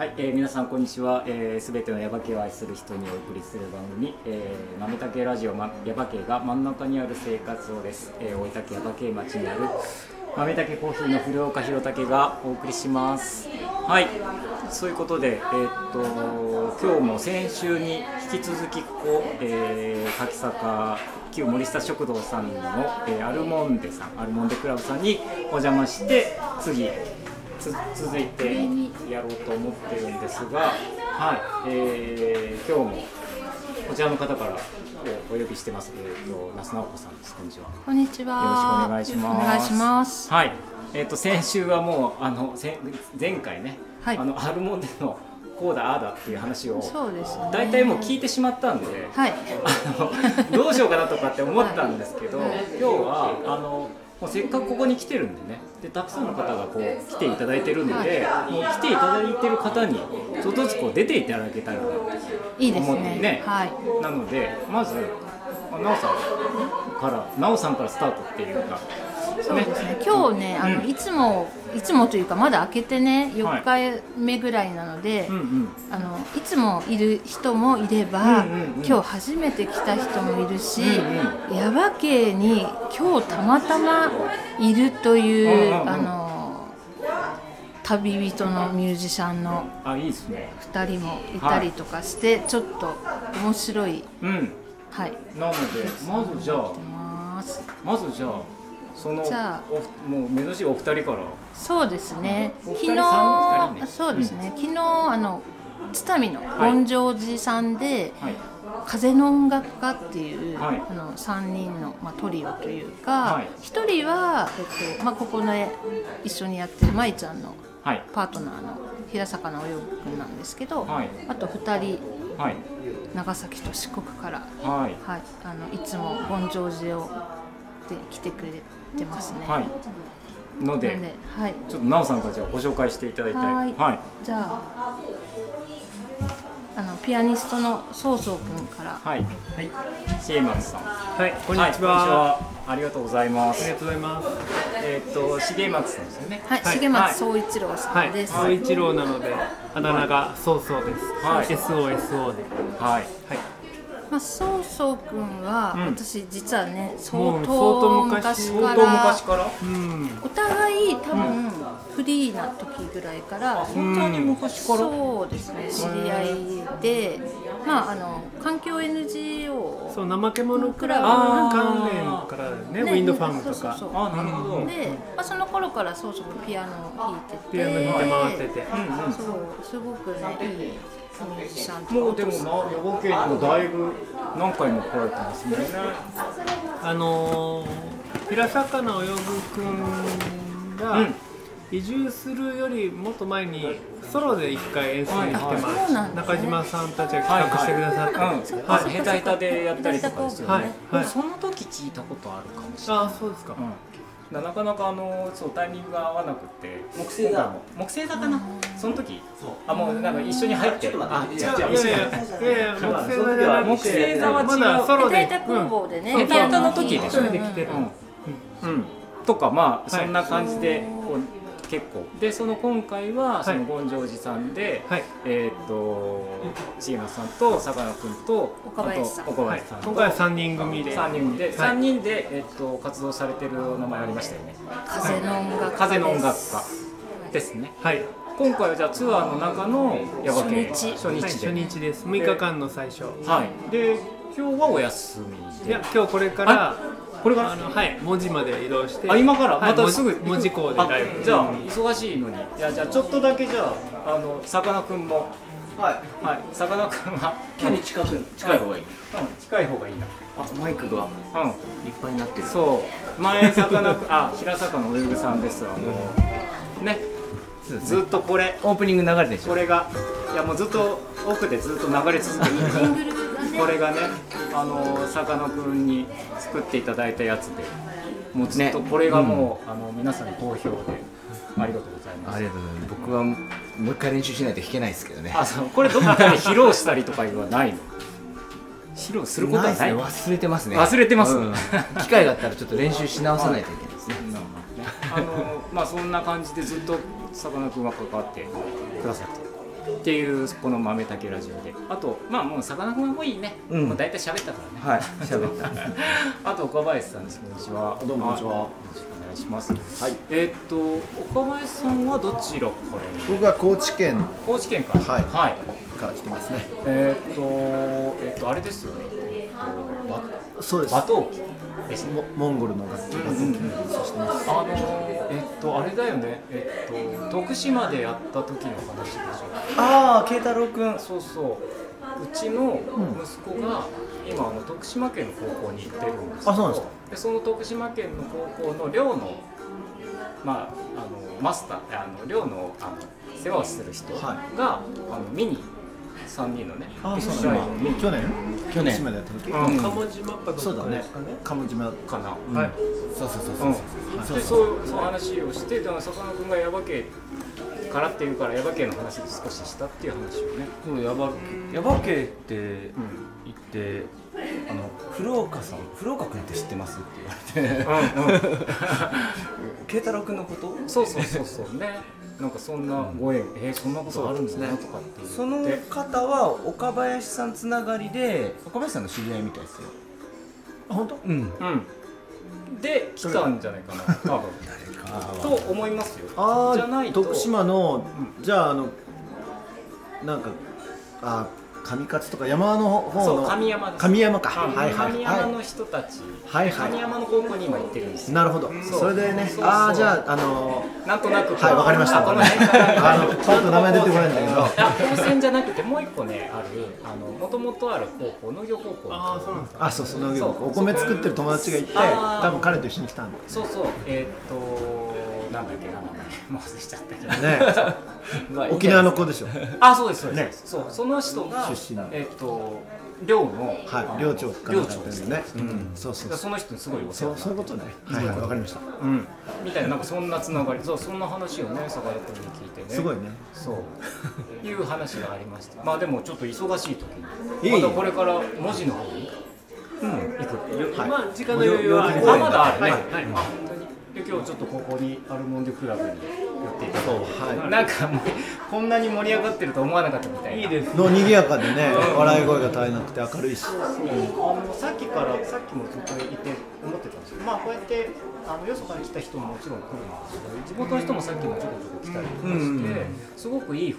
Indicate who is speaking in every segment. Speaker 1: えー、皆さんこんにちは。す、えー、べ、てのヤバ系を愛する人にお送りする番組、えー、豆竹ラジオ、ま、ヤバ系が真ん中にある生活をです。えー、大分県ヤバ系町にある豆竹コーヒーの古岡弘武がお送りします。はい。そういうことで、えーっと今日も先週に引き続きここ、えー、柿坂旧森下食堂さんの、えーアルモンデさん、アルモンデクラブさんにお邪魔して次。つ続いてやろうと思ってるんですが、はいえー、今日もこちらの方からおお呼びしてます、えー、と那須直子さんです、こんにちは。
Speaker 2: こんにちは。
Speaker 1: よろしくお願いします
Speaker 2: よろくお願いします
Speaker 1: はい、えっ、と先週はもうあの前前回ね、
Speaker 2: はい
Speaker 1: あのアルモンデのこうだああだっていう話を
Speaker 2: そうですね。
Speaker 1: 大体もう聞いてしまったんで、
Speaker 2: はい。
Speaker 1: あのどうしようかなとかって思ったんですけど、
Speaker 2: はい
Speaker 1: 今日はあのもうせっかくここに来てるんでねでたくさんの方がこう来ていただいてるんで、もう来ていただいてる方にちょっとずつこう出ていただけたらなと思って
Speaker 2: いいですね。
Speaker 1: ね
Speaker 2: はい。
Speaker 1: なのでまずあなおさんからなおさんからスタートっていうか
Speaker 2: そうですね。今日ね、あの、
Speaker 1: うん
Speaker 2: いつもいつもというかまだ開けてね、
Speaker 1: はい
Speaker 2: 4日目ぐらいなので、
Speaker 1: うんうん
Speaker 2: あのいつもいる人もいれば、
Speaker 1: うんうんうん
Speaker 2: 今日初めて来た人もいるし、
Speaker 1: う
Speaker 2: 耶馬渓に今日たまたまいるという、
Speaker 1: うんうんうん
Speaker 2: あの旅人のミュージシャンの
Speaker 1: あいいですね
Speaker 2: 2人もいたりとかして、ちょっと面白い
Speaker 1: うん
Speaker 2: はい
Speaker 1: なのでまずじゃあ
Speaker 2: 出ます
Speaker 1: まずじゃあその
Speaker 2: じゃあ
Speaker 1: おもう珍しいお二人から
Speaker 2: そうですね
Speaker 1: お二
Speaker 2: 昨
Speaker 1: 人さんお二人
Speaker 2: 日
Speaker 1: ね
Speaker 2: そうですね、昨日あの津民の本庄寺さんで、
Speaker 1: はい
Speaker 2: 風の音楽家っていう、
Speaker 1: はい
Speaker 2: あの3人の、まあ、トリオという
Speaker 1: は
Speaker 2: か、
Speaker 1: い
Speaker 2: 一1人は、えっとまあ、ここで一緒にやってる舞ちゃんの
Speaker 1: はい
Speaker 2: パートナーの平坂のお洋服くんなんですけど、
Speaker 1: はい
Speaker 2: あと2人
Speaker 1: はい
Speaker 2: 長崎と四国から
Speaker 1: はい
Speaker 2: はい、あのいつも本庄寺をで来てくれてますね。
Speaker 1: はいの
Speaker 2: なん
Speaker 1: で
Speaker 2: で、はい、
Speaker 1: ちょっとなおさんからじゃあご紹介していただいて
Speaker 2: はーい
Speaker 1: はい
Speaker 2: じゃあ、あのピアニストのそうそうくんから、
Speaker 1: はいはいシエマツさん
Speaker 3: はい、こ
Speaker 1: はこ
Speaker 3: んにちは。
Speaker 1: んにちはありがとうございま
Speaker 3: あり
Speaker 1: す
Speaker 3: がとうございます。
Speaker 1: えっと重松さんですよね
Speaker 2: はい、
Speaker 3: はい
Speaker 2: 重松総一郎さ
Speaker 3: はい
Speaker 2: ん、です。
Speaker 3: 総一郎なので、あだ名がそうそうです。
Speaker 1: はい
Speaker 3: SOSO で。
Speaker 1: はい
Speaker 3: はい。
Speaker 2: まあ、そうそうくんは、
Speaker 1: うん
Speaker 2: 私実はね、
Speaker 3: も
Speaker 2: 相
Speaker 3: う
Speaker 2: 当昔
Speaker 3: 相
Speaker 1: 相
Speaker 2: か
Speaker 1: 当昔
Speaker 2: ら。
Speaker 1: から
Speaker 3: うん。
Speaker 2: お互い多分、フリーな時ぐらいから
Speaker 1: 本当に昔から
Speaker 2: そうですね知り合いでまああの環境 NGO を
Speaker 3: そう、怠け者クラブ
Speaker 1: あー
Speaker 3: 関連からね、ウィンドファームとか。
Speaker 2: そうそうそう
Speaker 1: あなるほどうん
Speaker 2: で、まあ、その頃からそうそうピアノを弾いてて
Speaker 3: ピアノ弾いて回ってて。
Speaker 1: う
Speaker 2: そうすごくねいいミュージシャンと
Speaker 1: んうんもうでもな予防系にもだいぶ何回も来られてますね
Speaker 3: あのー、平坂なおよぶくん
Speaker 1: う
Speaker 3: が
Speaker 1: ん
Speaker 3: 移住するよりもっと前にソロで一回演奏に来て
Speaker 1: はい
Speaker 3: ま
Speaker 2: はいそう
Speaker 3: す
Speaker 2: なんですね
Speaker 3: 中島さんたちが企画してくださって、
Speaker 1: うん
Speaker 3: はい
Speaker 1: ヘタヘタでやったりとかですよ
Speaker 3: はい
Speaker 1: ね、
Speaker 3: はい
Speaker 1: その時聞いたことあるかもしれない
Speaker 3: ああそうですか、
Speaker 1: うんなかなかあのそうタイミングが合わなくて木星だ木星だかなその時あもうなんか一緒に入ってあ
Speaker 3: い
Speaker 1: じ
Speaker 3: や
Speaker 1: ゃあ
Speaker 3: い
Speaker 1: じゃあ
Speaker 3: や
Speaker 1: 一
Speaker 3: い
Speaker 1: 緒に
Speaker 3: やいや木星座じゃなく
Speaker 1: 木
Speaker 3: て
Speaker 1: 星座は違う
Speaker 3: まだソロ
Speaker 2: ヘ
Speaker 3: で
Speaker 2: タヘタ工房でね、
Speaker 1: うんヘタヘタの時
Speaker 3: で
Speaker 1: で
Speaker 3: し
Speaker 1: し
Speaker 3: ょ
Speaker 1: ょ
Speaker 3: できてる、
Speaker 1: うん、うん、とかまあ
Speaker 3: はい
Speaker 1: そんな感じでこう結構でその今回はその権城寺さんで、
Speaker 3: はい
Speaker 1: えーっとチームさんと坂野君と
Speaker 2: 岡林さん
Speaker 1: あと岡
Speaker 3: はい
Speaker 1: 林さんと
Speaker 3: 今回は3人組で
Speaker 1: 三人で、
Speaker 3: い
Speaker 1: 三人で、えっと、活動されてる名前ありましたよね。
Speaker 2: 風の音楽家
Speaker 1: 風の音楽
Speaker 2: です
Speaker 1: 家ですね。
Speaker 3: はい
Speaker 1: 今回はじゃあ、ツアーの中のヤバ系
Speaker 2: 初日
Speaker 1: 初
Speaker 3: はい
Speaker 1: 日
Speaker 3: 初
Speaker 1: で。
Speaker 3: 日です6日間の最初
Speaker 1: はい、で、今日はお休み
Speaker 3: い
Speaker 1: で
Speaker 3: や。今日これから
Speaker 1: これから
Speaker 3: あのはい文字まで移動して
Speaker 1: あ、今から、
Speaker 3: はい
Speaker 1: またすぐ行く。
Speaker 3: 文字工でライ
Speaker 1: あ
Speaker 3: ブ
Speaker 1: じゃあ、忙しいのに、いや、じゃあ、ちょっとだけ、じゃあ、あの、さかなクンも。はい、はい、さかなクンは。
Speaker 4: 距離近く近い方がいい
Speaker 1: うん、近い方がいいな。
Speaker 4: あマイクが
Speaker 1: うん。
Speaker 4: いっぱいになってる
Speaker 1: そう前魚くあ平坂のおゆぐさんですあのねずっとこれ
Speaker 4: オープニング流れてるでし
Speaker 1: こ
Speaker 4: ょ
Speaker 1: れがいやもうずっと奥でずっと流れ続けてる
Speaker 2: ジングルがね
Speaker 1: これがねあの魚くんに作っていただいたやつでもうずっと
Speaker 4: ね
Speaker 1: これがもう、あの皆さんに好評でありがとうございま
Speaker 4: あ
Speaker 1: す
Speaker 4: りがとうございます僕はもう一回練習しないと弾けないですけどね
Speaker 1: あそうこれどっかで披露したりとかいうのはないの披露することはない
Speaker 4: っすね忘れてますね
Speaker 1: 忘れてます
Speaker 4: うん機会があったらちょっと練習し直さないといけないですね
Speaker 1: あのまあそんな感じでずっとさかなクンは関わってくださってっていうこの豆たけラジオであとまあもうさかなクンはもういいね、
Speaker 4: うん
Speaker 1: もう大体喋ったからね
Speaker 4: はい喋った
Speaker 1: あと岡林さんですこんにちは
Speaker 5: どうもこんにちは
Speaker 1: よろしくお願いします
Speaker 5: はい
Speaker 1: えーっと岡林さんはどちらから
Speaker 5: 僕は高知県
Speaker 1: 高知県から
Speaker 5: はい
Speaker 1: はい、
Speaker 5: から来てますね
Speaker 1: えーっとえーっとあれですよねえーっと
Speaker 5: そうです
Speaker 1: 馬頭琴ですね
Speaker 5: モモンゴルの楽器が
Speaker 1: うんうんうん
Speaker 5: そうしてます
Speaker 1: あのえっとあれだよねえっと徳島でやった時の話でしょ
Speaker 4: ああ慶太郎くん
Speaker 1: そうそううちの息子が今あの徳島県の高校に行ってるんですけど
Speaker 5: あそうなんですか
Speaker 1: でその徳島県の高校の寮のまああのマスターあの寮のあの世話をする人が、
Speaker 5: はい
Speaker 1: あの見に3人のね
Speaker 5: あそう
Speaker 1: ラ
Speaker 5: な
Speaker 1: イ
Speaker 5: ん
Speaker 1: ブを
Speaker 5: だ
Speaker 1: 見に
Speaker 5: 去年
Speaker 4: 去年
Speaker 5: 島でやった時、
Speaker 1: うん
Speaker 3: 鴨島かどっかです
Speaker 5: そうだね
Speaker 3: かね
Speaker 5: 鴨島
Speaker 1: かな、
Speaker 3: はい
Speaker 4: そうそうそうそう、
Speaker 1: うん、でそうそう話をしてだからさかなクンがヤバ系からっていうからヤバ系の話で少ししたっていう話をね、
Speaker 6: そうヤバヤバ系って言って、あの
Speaker 4: 古岡さん古岡くんって知ってますって言われ て
Speaker 1: うんうん、
Speaker 4: 慶太郎くんのこと
Speaker 1: そうそうそうそうねなんかそんなご縁、えー、そんなことあるんですねとかって言って
Speaker 4: その方は岡林さんつながりで岡林さんの知り合いみたいですよ
Speaker 5: あ本当
Speaker 4: うん
Speaker 1: うんで来たんじゃないかな多分と思いますよ
Speaker 5: あ
Speaker 1: じゃない
Speaker 5: ー
Speaker 1: と
Speaker 5: 徳島の、じゃああのなんかあー上勝とか山の方の
Speaker 1: そう神山です
Speaker 5: 神山か、
Speaker 1: あの
Speaker 5: はいはい
Speaker 1: 神山の人たち、
Speaker 5: はいはい
Speaker 1: 神山の高校に今行ってるんですよ
Speaker 5: なるほど
Speaker 1: そう
Speaker 5: それでね
Speaker 1: そうそう
Speaker 5: ああじゃああのー
Speaker 1: なんとなくこう
Speaker 5: はいわかりました
Speaker 1: あこの辺から
Speaker 5: あのちょっと名前出てこないんだけど
Speaker 1: あ高専じゃなくてもう一個ねあるあの元々ある高校農業高校
Speaker 3: ああそうなんですか
Speaker 5: あそうそう農業
Speaker 1: そう
Speaker 5: お米作ってる友達がいて
Speaker 1: あー
Speaker 5: 多分彼と一緒に来たんだ
Speaker 1: そうそうえーっとなんだっけな名前もう忘れちゃったけど
Speaker 5: ね
Speaker 1: まあいい
Speaker 5: 沖縄の子でしょ
Speaker 1: あそうですそうで
Speaker 5: ね
Speaker 1: す、そうその人が
Speaker 5: 出身なの
Speaker 1: えーっと寮のあ
Speaker 5: はい
Speaker 1: の
Speaker 5: 寮長かな
Speaker 1: 寮
Speaker 5: んか
Speaker 1: 長
Speaker 5: で
Speaker 1: です
Speaker 5: す
Speaker 1: ね
Speaker 5: ね、うん、そうそうそ
Speaker 1: その人にすごいお
Speaker 5: う
Speaker 1: 世
Speaker 5: そ
Speaker 1: 話
Speaker 5: う
Speaker 1: に
Speaker 5: そ
Speaker 1: な
Speaker 5: ういうことねは
Speaker 1: って
Speaker 5: いはいわかりました
Speaker 1: うんみたいななんかそんなつながりそうそんな話をね坂田君に聞いてね
Speaker 5: すごいね
Speaker 1: そういう話がありましたまあでもちょっと忙しい時
Speaker 5: い
Speaker 1: に
Speaker 5: い
Speaker 1: またこれから文字の方に行く、
Speaker 5: はい
Speaker 3: まあ時間の余裕は
Speaker 5: よ
Speaker 1: あまだあるね、
Speaker 3: はいはい
Speaker 1: あ本当にで今日ちょっとここにアルモンドクラブに寄っていただいて、
Speaker 5: はい
Speaker 1: なんかもうこんなに盛り上がってると思わなかったみたいない
Speaker 3: いです
Speaker 5: の賑やかでね笑い声が絶えなくて明るいし
Speaker 1: あのさっきからさっきもずっといて思ってたんですけど、まあ、こうやってあのよそから来た人ももちろん来るんですけど地元の人もさっきもちょこちょこ来たりとかして、すごくいい雰囲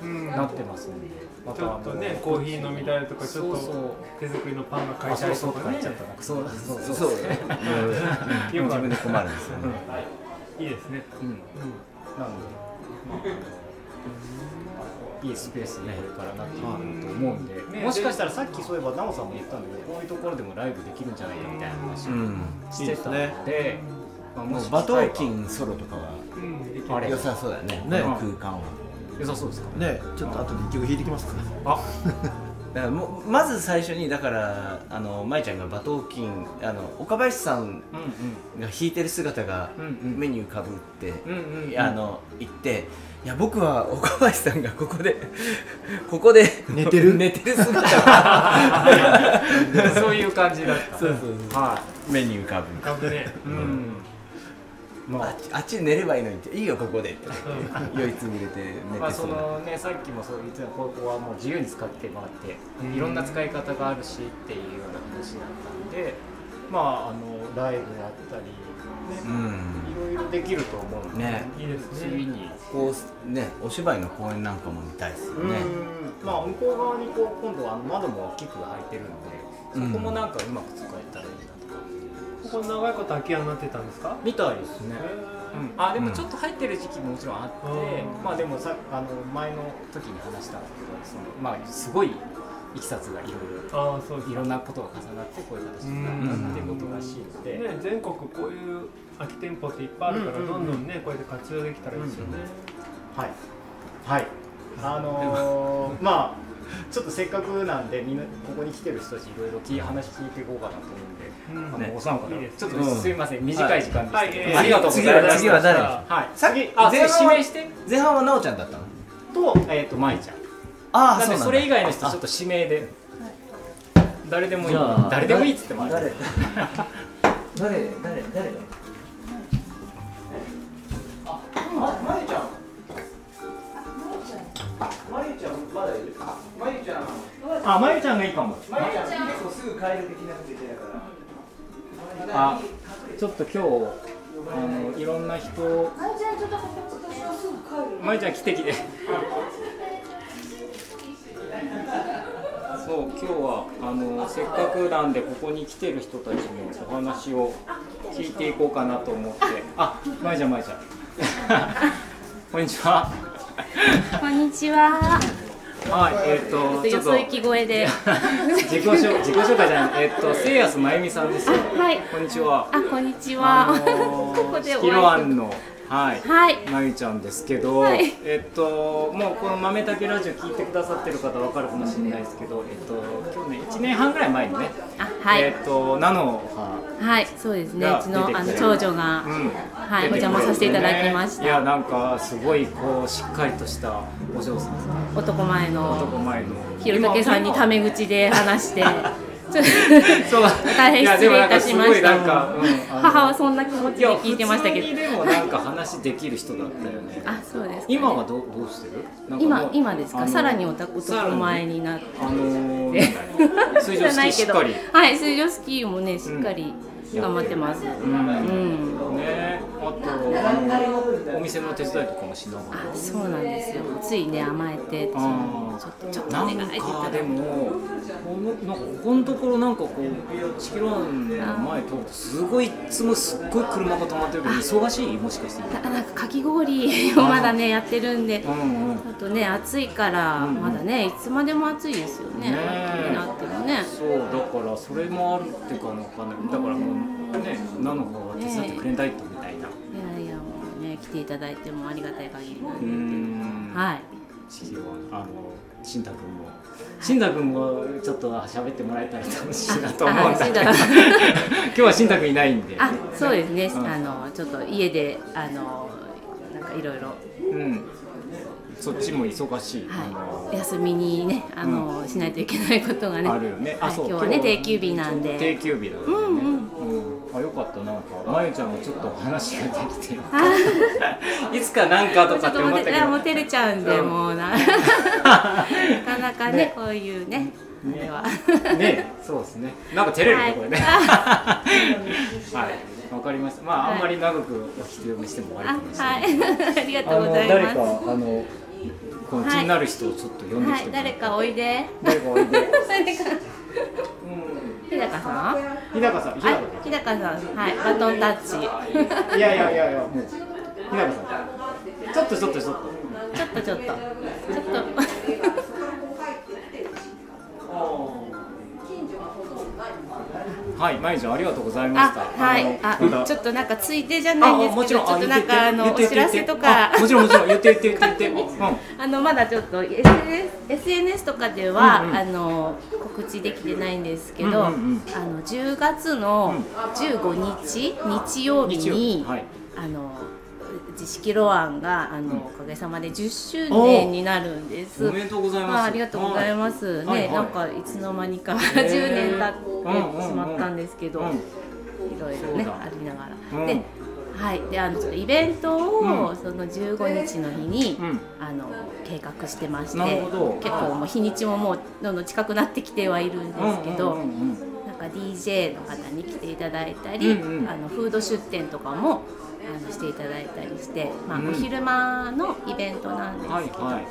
Speaker 1: 気になってますんで、ま
Speaker 3: ちょっとねコーヒー飲みたいとかちょっ
Speaker 1: そう
Speaker 3: と手作りのパンが買
Speaker 1: 会
Speaker 3: いた
Speaker 1: 社
Speaker 3: い
Speaker 1: そ
Speaker 3: と
Speaker 1: うと
Speaker 3: か
Speaker 1: か
Speaker 3: ね
Speaker 1: 言っちゃったなんかそうそうそう
Speaker 4: そうね
Speaker 3: よくあ
Speaker 4: 自分
Speaker 3: る
Speaker 4: で困るんですよね
Speaker 3: いいですね
Speaker 1: うんなので、いいスペースにこれからなっていくと思うんで、
Speaker 3: ね
Speaker 1: もしかしたらさっきそういえば奈緒さんも言ったんだけどこういうところでもライブできるんじゃないかみたいな話
Speaker 4: う
Speaker 1: を
Speaker 4: ん
Speaker 1: してたので,、まあ、もし
Speaker 4: 馬頭
Speaker 1: ン
Speaker 4: 琴ソロとかは
Speaker 3: うんできる
Speaker 1: あれ
Speaker 4: 良さそうだよね
Speaker 5: ね
Speaker 4: この空間は
Speaker 1: 良さそうですか
Speaker 5: ねちょっと後で一曲弾いてきますか
Speaker 1: あ
Speaker 4: だからもうまず最初にだからあの舞ちゃんが馬頭琴あの岡林さん
Speaker 1: うん
Speaker 4: が弾いてる姿が
Speaker 1: うんうん
Speaker 4: 目に浮かぶって、
Speaker 1: うんうんうん
Speaker 4: あの言っていや僕は岡林さんがここでここで
Speaker 5: 寝てる
Speaker 4: 寝てる姿が
Speaker 1: うんそういう感じだった
Speaker 4: そうそうそう
Speaker 1: は
Speaker 4: 目に浮かぶ
Speaker 3: 株ね
Speaker 1: い、うんま
Speaker 4: あ
Speaker 1: あ
Speaker 4: あっちで寝ればいいのにっていいよここでって酔いつぶれて寝
Speaker 1: まあ
Speaker 4: て
Speaker 1: そ
Speaker 4: そうな
Speaker 1: のね、さっきもそう言ってた高校はもう自由に使ってもらって、いろんな使い方があるしっていうような話だったんでまああのライブだったり、
Speaker 4: う
Speaker 1: ね
Speaker 4: ん
Speaker 1: いろいろできると思うんで、
Speaker 4: ね
Speaker 3: いいです
Speaker 1: 次
Speaker 3: ね
Speaker 1: に、
Speaker 4: こうねお芝居の公演なんかも見たいですよね
Speaker 1: うんまあ向こう側にこう今度はあの窓も大きく開いてるんでそこもなんかうまく使えたらいいなとか、
Speaker 3: ここ長いこと空き家になってたんですか
Speaker 1: みたいですね、うん、あでもちょっと入ってる時期ももちろんあって、
Speaker 3: うん
Speaker 1: まあでもさあの前の時に話したんですけどそのまあすごいいきさつがいろいろ
Speaker 3: ああそうです
Speaker 1: いろんなことが重なってこういう形になったっていうことらしいので、
Speaker 3: ね、全国こういう空き店舗っていっぱいあるから、
Speaker 1: うんうんうん
Speaker 3: どんどんねこうやって活用できたらいいですよね、
Speaker 1: はいはいあの ー、まあちょっとせっかくなんでみんなここに来てる人たちいろいろ聞い話聞いていこうかなと思うんで、
Speaker 3: うん
Speaker 1: あの
Speaker 4: ね
Speaker 1: お三方
Speaker 3: いいです
Speaker 1: ちょっとすいません、短い時間でしたけど、
Speaker 3: はい
Speaker 1: ありがとうございます
Speaker 4: 次は誰
Speaker 1: は、い、
Speaker 4: さっき
Speaker 1: 次あ
Speaker 4: 前半は
Speaker 1: 指名して
Speaker 4: 前半は奈緒ちゃんだったの
Speaker 1: とえっ、とまいちゃん
Speaker 4: あ
Speaker 1: な
Speaker 4: あ
Speaker 1: ん
Speaker 4: そう
Speaker 1: で
Speaker 4: なんだ
Speaker 1: それ以外の人ちょっと指名で誰でもいい
Speaker 4: じゃあ
Speaker 1: 誰でもいいっつってもあれ
Speaker 4: 誰誰誰誰あ、ま、まゆちゃんまゆちゃんまだいるまゆちゃん
Speaker 1: あまゆちゃんがいいかも
Speaker 4: まゆちゃん結構すぐ帰る的なこと言ってたから
Speaker 1: あちょっと今日あのいろんな人をまゆちゃん来てきてそう今日はあのせっかくなんでここに来てる人たちのお話を聞いていこうかなと思ってあまゆちゃんまゆちゃん こんにちは
Speaker 2: こんにちは。
Speaker 1: はいえっ、とちょ
Speaker 2: よ
Speaker 1: っ
Speaker 2: そ
Speaker 1: と
Speaker 2: 行き声で。
Speaker 1: 自己紹自己紹介じゃないえっ、とせいやすまゆみさんですよ
Speaker 2: はい。
Speaker 1: こんにちは
Speaker 2: あ、こんにちは。
Speaker 1: あの
Speaker 2: ここで
Speaker 1: ー、
Speaker 2: 終
Speaker 1: ヒロ
Speaker 2: わ
Speaker 1: ア
Speaker 2: り。
Speaker 1: ンの、はい、
Speaker 2: はい。
Speaker 1: まゆちゃんですけど、
Speaker 2: はい
Speaker 1: えっと、もうこの豆たけラジオ聞いてくださってる方わかるかもしれないですけど、えっと、去年1年半ぐらい前にね、
Speaker 2: あ、はい。
Speaker 1: えっと、菜の葉、
Speaker 2: はい、そうですね。
Speaker 1: が
Speaker 2: うちの
Speaker 1: 出て
Speaker 2: あ
Speaker 1: き
Speaker 2: の
Speaker 1: て
Speaker 2: 長
Speaker 1: うん
Speaker 2: 女が、はい、お
Speaker 1: 出てくれてね
Speaker 2: 邪魔させていただきまし
Speaker 1: い
Speaker 2: た。
Speaker 1: や、なんか、すごい、こう、しっかりとしたお嬢さん、
Speaker 2: 男前
Speaker 1: 男
Speaker 2: の
Speaker 1: 前の。
Speaker 2: ひろたけさんにタメ口で話 して、ちょっと
Speaker 1: そう
Speaker 2: 大変失礼いたしまし
Speaker 1: い
Speaker 2: た。
Speaker 1: やでもなんかすごいなんかうんあの
Speaker 2: 母はそんな気持ち
Speaker 1: い
Speaker 2: で
Speaker 1: や、
Speaker 2: 聞いてましたけ
Speaker 1: 普通に
Speaker 2: ど。
Speaker 1: でも、なんか話できる人だったよね。
Speaker 2: あ、そうですか、
Speaker 1: 今はどうどうしてるなんかも
Speaker 2: 今
Speaker 1: う
Speaker 2: 今です
Speaker 1: あ
Speaker 2: か。
Speaker 1: の
Speaker 2: さらにおた男前になって。
Speaker 1: あのー、 水上スキーしっかり。
Speaker 2: はい、水上スキーもね、しっかり頑張ってます。
Speaker 1: うん
Speaker 2: うん。
Speaker 1: ね、あとあのお店の手伝いとかもしながら。
Speaker 2: あそうなんですよついね甘えてちょ
Speaker 1: あー
Speaker 2: っとちょっとお
Speaker 1: な
Speaker 2: 願い
Speaker 1: ん
Speaker 2: って言った
Speaker 1: からでもこのなんかここのところなんかこうチキロンの前通るとすごいいつもすっごい車が止まってるけど忙しいもしかして。
Speaker 2: あなんかかき氷をまだねやってるんで
Speaker 1: うんうん。
Speaker 2: あとね暑いから
Speaker 1: んうん
Speaker 2: まだねいつまでも暑いですよね
Speaker 1: ねえ
Speaker 2: になってもね
Speaker 1: そうだからそれもあるっていうかなんかねだからもうね菜の方が手伝ってくれないとみたいな。
Speaker 2: いやいやもうね来ていただいてもありがたい限りなん
Speaker 1: う
Speaker 2: で
Speaker 1: ん。
Speaker 2: はい
Speaker 1: 次はあの新太君も新太君もちょっと喋ってもらえたら楽しいなと思うんだけど
Speaker 2: ああ
Speaker 1: 今
Speaker 2: 新
Speaker 1: 日は新太君いないんで
Speaker 2: あそうですね
Speaker 1: うん
Speaker 2: あのちょっと家であのなんかいろいろ
Speaker 1: うんそっちも忙しい、あ
Speaker 2: は
Speaker 1: の
Speaker 2: い、休みにね、あの、しないといけないことがね。
Speaker 1: あるよねあ
Speaker 2: はい
Speaker 1: そう
Speaker 2: 今日はね、定休日なん
Speaker 1: 定
Speaker 2: で。
Speaker 1: 休日だからね、うんあよかったなんかまゆちゃんもちょっと話ができてよか
Speaker 2: あ
Speaker 1: った いつかなんかと
Speaker 2: ち
Speaker 1: かっ
Speaker 2: ょってと
Speaker 1: 思
Speaker 2: も
Speaker 1: った
Speaker 2: て、
Speaker 1: け
Speaker 2: いやもう
Speaker 1: ど
Speaker 2: 照れちゃうんで、
Speaker 1: うん
Speaker 2: も うな。なかなかね、
Speaker 1: ね
Speaker 2: こういうね、これは。
Speaker 1: ねそうですねなんか照れるね、
Speaker 2: はい
Speaker 1: これね はいわかりましたまあ、
Speaker 2: はい
Speaker 1: あんまり長くお必要にしても悪
Speaker 2: あ
Speaker 1: くないし、
Speaker 2: はい、ありが
Speaker 1: あ
Speaker 2: とう
Speaker 1: の
Speaker 2: ござい
Speaker 1: 誰
Speaker 2: ます。
Speaker 1: かあのこの気になる人をちょっと呼んで
Speaker 2: は
Speaker 1: きて
Speaker 2: い、
Speaker 1: もらっ
Speaker 2: 誰
Speaker 1: て、
Speaker 2: かおいで。
Speaker 1: 誰かおいで
Speaker 2: 誰か。日高さん。は
Speaker 1: 日高さん日高
Speaker 2: い、日高さん、はい、バトンタッチ。
Speaker 1: さんいやいやいやいやもう日高さんちょっとちょっとちょっと
Speaker 2: ちょっとちょっと。ちょっと。
Speaker 1: はいまゆちゃんありがとうございま
Speaker 2: あ
Speaker 1: した、
Speaker 2: はい、
Speaker 1: のま
Speaker 2: あ、
Speaker 1: だ
Speaker 2: ちょっとなんかついでじゃないん
Speaker 1: あ
Speaker 2: です
Speaker 1: も
Speaker 2: け
Speaker 1: ち
Speaker 2: ど、
Speaker 1: ろん
Speaker 2: ちょっとなんかあのお知らせとか。
Speaker 1: もちろんもちろん言って言って 言って言ってうん
Speaker 2: あのまだちょっと SNS, SNS とかでは、
Speaker 1: うんうん
Speaker 2: あの告知できてないんですけど、
Speaker 1: うんうん
Speaker 2: あの10月の15日、日曜日
Speaker 1: 日曜
Speaker 2: に
Speaker 1: 日はい
Speaker 2: あの自式ロアンがあの、おかげさまで10周年になるんです。
Speaker 1: おめでとうございます
Speaker 2: あありがとうございます。
Speaker 1: い
Speaker 2: ね、
Speaker 1: はいはい
Speaker 2: なんかいつの間にか10
Speaker 1: ー
Speaker 2: 年経
Speaker 1: うん
Speaker 2: っ
Speaker 1: うん
Speaker 2: て
Speaker 1: うん
Speaker 2: しまったんですけど、
Speaker 1: うん
Speaker 2: いろい
Speaker 1: そ
Speaker 2: ろ
Speaker 1: う
Speaker 2: ね
Speaker 1: だ
Speaker 2: ありながら、
Speaker 1: うん
Speaker 2: で、はい、であのちょっとイベントを、
Speaker 1: うん
Speaker 2: その15日の日に、
Speaker 1: うん
Speaker 2: あの計画してまして
Speaker 1: なるほど
Speaker 2: 結構もう日にちももうどんどん近くなってきてはいるんですけど、なんか DJ の方に来ていただいたり、
Speaker 1: うんうん
Speaker 2: あのフード出店とかもあのしていただいたりして、まあ
Speaker 1: うん
Speaker 2: お昼間のイベントなんですけど、
Speaker 1: は
Speaker 2: はい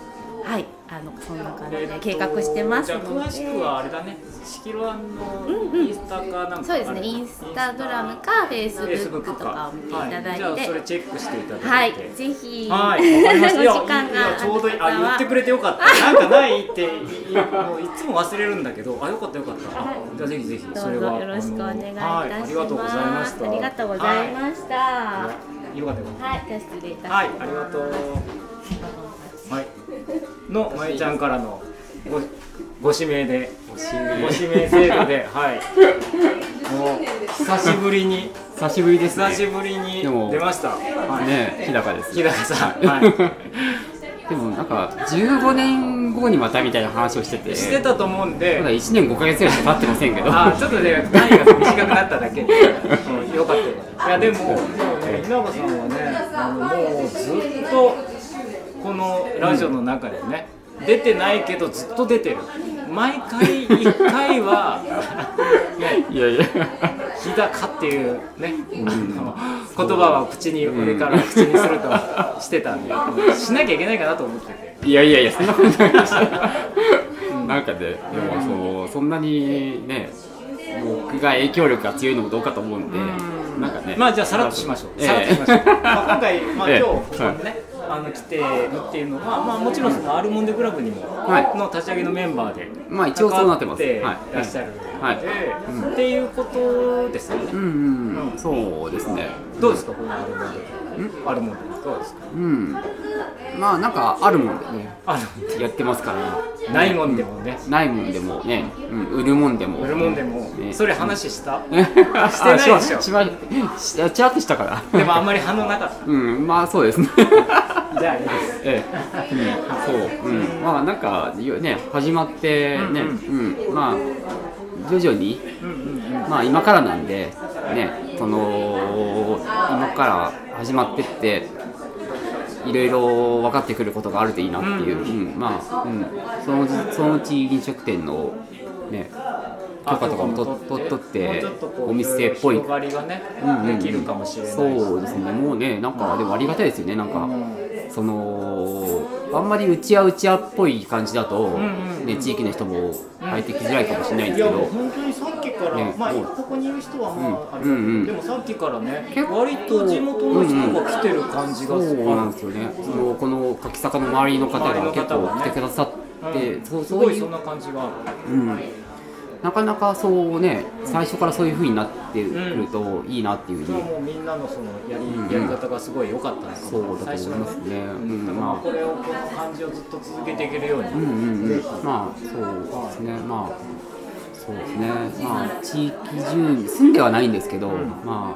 Speaker 2: い、
Speaker 1: はい
Speaker 2: あのそんな感じ
Speaker 1: えっ
Speaker 2: で
Speaker 1: と
Speaker 2: 計画してます
Speaker 1: じゃ
Speaker 2: の
Speaker 1: あ
Speaker 2: で。
Speaker 1: 詳しくはあれだねしきろあんのインスタかなんかある
Speaker 2: そうですね、インスタグラムかフェイスブックとかを見ていただいて、
Speaker 1: はい、じゃあそれチェックしていただいて
Speaker 2: はい、ぜひ、
Speaker 1: はい、わかりました。いや
Speaker 2: お時間
Speaker 1: いや
Speaker 2: が
Speaker 1: ちょうどいいあ
Speaker 2: る方
Speaker 1: 言
Speaker 2: は
Speaker 1: ってくれてよかった。なんかないっていいもういつも忘れるんだけど、あよかったよかった。あじゃあぜひぜひ
Speaker 2: ど
Speaker 1: そうれ
Speaker 2: ぞ
Speaker 1: は
Speaker 2: よろしくお願いいた
Speaker 1: あ
Speaker 2: し
Speaker 1: のはい、あ
Speaker 2: ま
Speaker 1: り
Speaker 2: す。
Speaker 1: がとうございました。
Speaker 2: ありがとうござい
Speaker 1: し
Speaker 2: ました。
Speaker 1: た
Speaker 2: は
Speaker 1: よかったよかっ。
Speaker 2: い、じゃあ失礼いたしたます。
Speaker 1: はい、ありがとう。はい。のまゆちゃんからのごご指名でご指名制度で、はい。もう久しぶりに
Speaker 6: 久しぶりです
Speaker 1: 久
Speaker 6: ね
Speaker 1: しぶりに
Speaker 6: でも
Speaker 1: 出ました。はい。
Speaker 6: ね日高です
Speaker 1: 日高さん、はい。
Speaker 6: でもなんか15年後にまたみたいな話をしてて
Speaker 1: してたと思うんで、
Speaker 6: まだ1年5か月ぐらいしか経ってませんけど
Speaker 1: あーちょっとね、単位が短くなっただけで、うんよかったよかった。いや、でも、もうね、稲葉さんはね、あのもうずっとこのラジオの中でね、出てないけどずっと出てる毎回1回 はね
Speaker 6: いやいや
Speaker 1: 日高っていうね、あの言葉は口に俺から口にするとしてたんで、しなきゃいけないかなと思ってて
Speaker 6: いやいやいやそんなことないでしょなんかで、でもそのそんなにね僕が影響力が強いのもどうかと思うんで、なんかね
Speaker 1: まあじゃあさらっとしましょう、
Speaker 6: ええ
Speaker 1: さらっとしましょう、まあ、今回、まあ、
Speaker 6: ええ
Speaker 1: 今日ここにね、あの来てるっていうのは、まあ、もちろんそのアルモンデクラブにも、
Speaker 6: はい
Speaker 1: の立ち上げのメンバーで
Speaker 6: まあ一応そうなってます
Speaker 1: 関わっ
Speaker 6: は
Speaker 1: て
Speaker 6: い
Speaker 1: らっしゃるので、
Speaker 6: はい
Speaker 1: っていうことですよね、
Speaker 6: うんうん、そうですね
Speaker 1: どうですかこのアルモンデクラブアルモンデどうですか
Speaker 6: うんまあなんかあるもんでね
Speaker 1: アルモン
Speaker 6: やってますから
Speaker 1: デないもんでもね
Speaker 6: ないもんでもね、うん、売るもんでも
Speaker 1: 売るもんでも、
Speaker 6: ね
Speaker 1: それ話した、
Speaker 6: ね
Speaker 1: してないでしょ
Speaker 6: あましましちらっとしたから
Speaker 1: でもあんまり反応なかっ
Speaker 6: うんまあそ うですね
Speaker 1: たじゃあいいです
Speaker 6: ええ、うん、そう、うん、まあなんかよね始まってね、うんまあ徐々に、まあ今からなんでねその今から始まってっていろいろ分かってくることがあるといいなっていう、うんまあ、うん、そのうちそのうち飲食店のね許可とかもと取っとって
Speaker 1: もうちょとこう
Speaker 6: お店っぽい
Speaker 1: 広がりがね、
Speaker 6: うんうん
Speaker 1: できるかもしれないし
Speaker 6: そうですね、もうね、なんか、でもありがたいですよね、なんか、その、あんまりうちやうちやっぽい感じだと、ね、地域の人も入ってきづらいかもしれないんで
Speaker 1: い
Speaker 6: す
Speaker 1: や
Speaker 6: け
Speaker 1: もう
Speaker 6: ど、
Speaker 1: 本当にさっきから、
Speaker 6: ね
Speaker 1: まあ
Speaker 6: もう
Speaker 1: ここにいる人はまあ、あれ
Speaker 6: うんうん
Speaker 1: でもさっきからね
Speaker 6: 結構
Speaker 1: 割と地元の人が来てる感じ
Speaker 6: そ
Speaker 1: がする、
Speaker 6: うなんですよね、そのこの柿坂の周りの方
Speaker 1: 周りの
Speaker 6: が結
Speaker 1: 方は
Speaker 6: 構
Speaker 1: ね
Speaker 6: 来てくださって、
Speaker 1: うん
Speaker 6: そう
Speaker 1: す
Speaker 6: そ
Speaker 1: ご
Speaker 6: う
Speaker 1: い
Speaker 6: い
Speaker 1: そん
Speaker 6: う、
Speaker 1: な感じがある
Speaker 6: うん、なかなかそうね、最初からそういう風になってくるといいなっていうふ
Speaker 1: そうれ
Speaker 6: に
Speaker 1: はもうみんなのそのやり,、
Speaker 6: んうん
Speaker 1: やり方がすごい良かったのかも
Speaker 6: そうだと思いますね
Speaker 1: 最初の
Speaker 6: うん
Speaker 1: だから
Speaker 6: まあ
Speaker 1: これをこの感じをずっと続けていけるように、
Speaker 6: うんうんうん、まあそうですね、まあそうですね、まあ地域住民住んではないんですけど、ま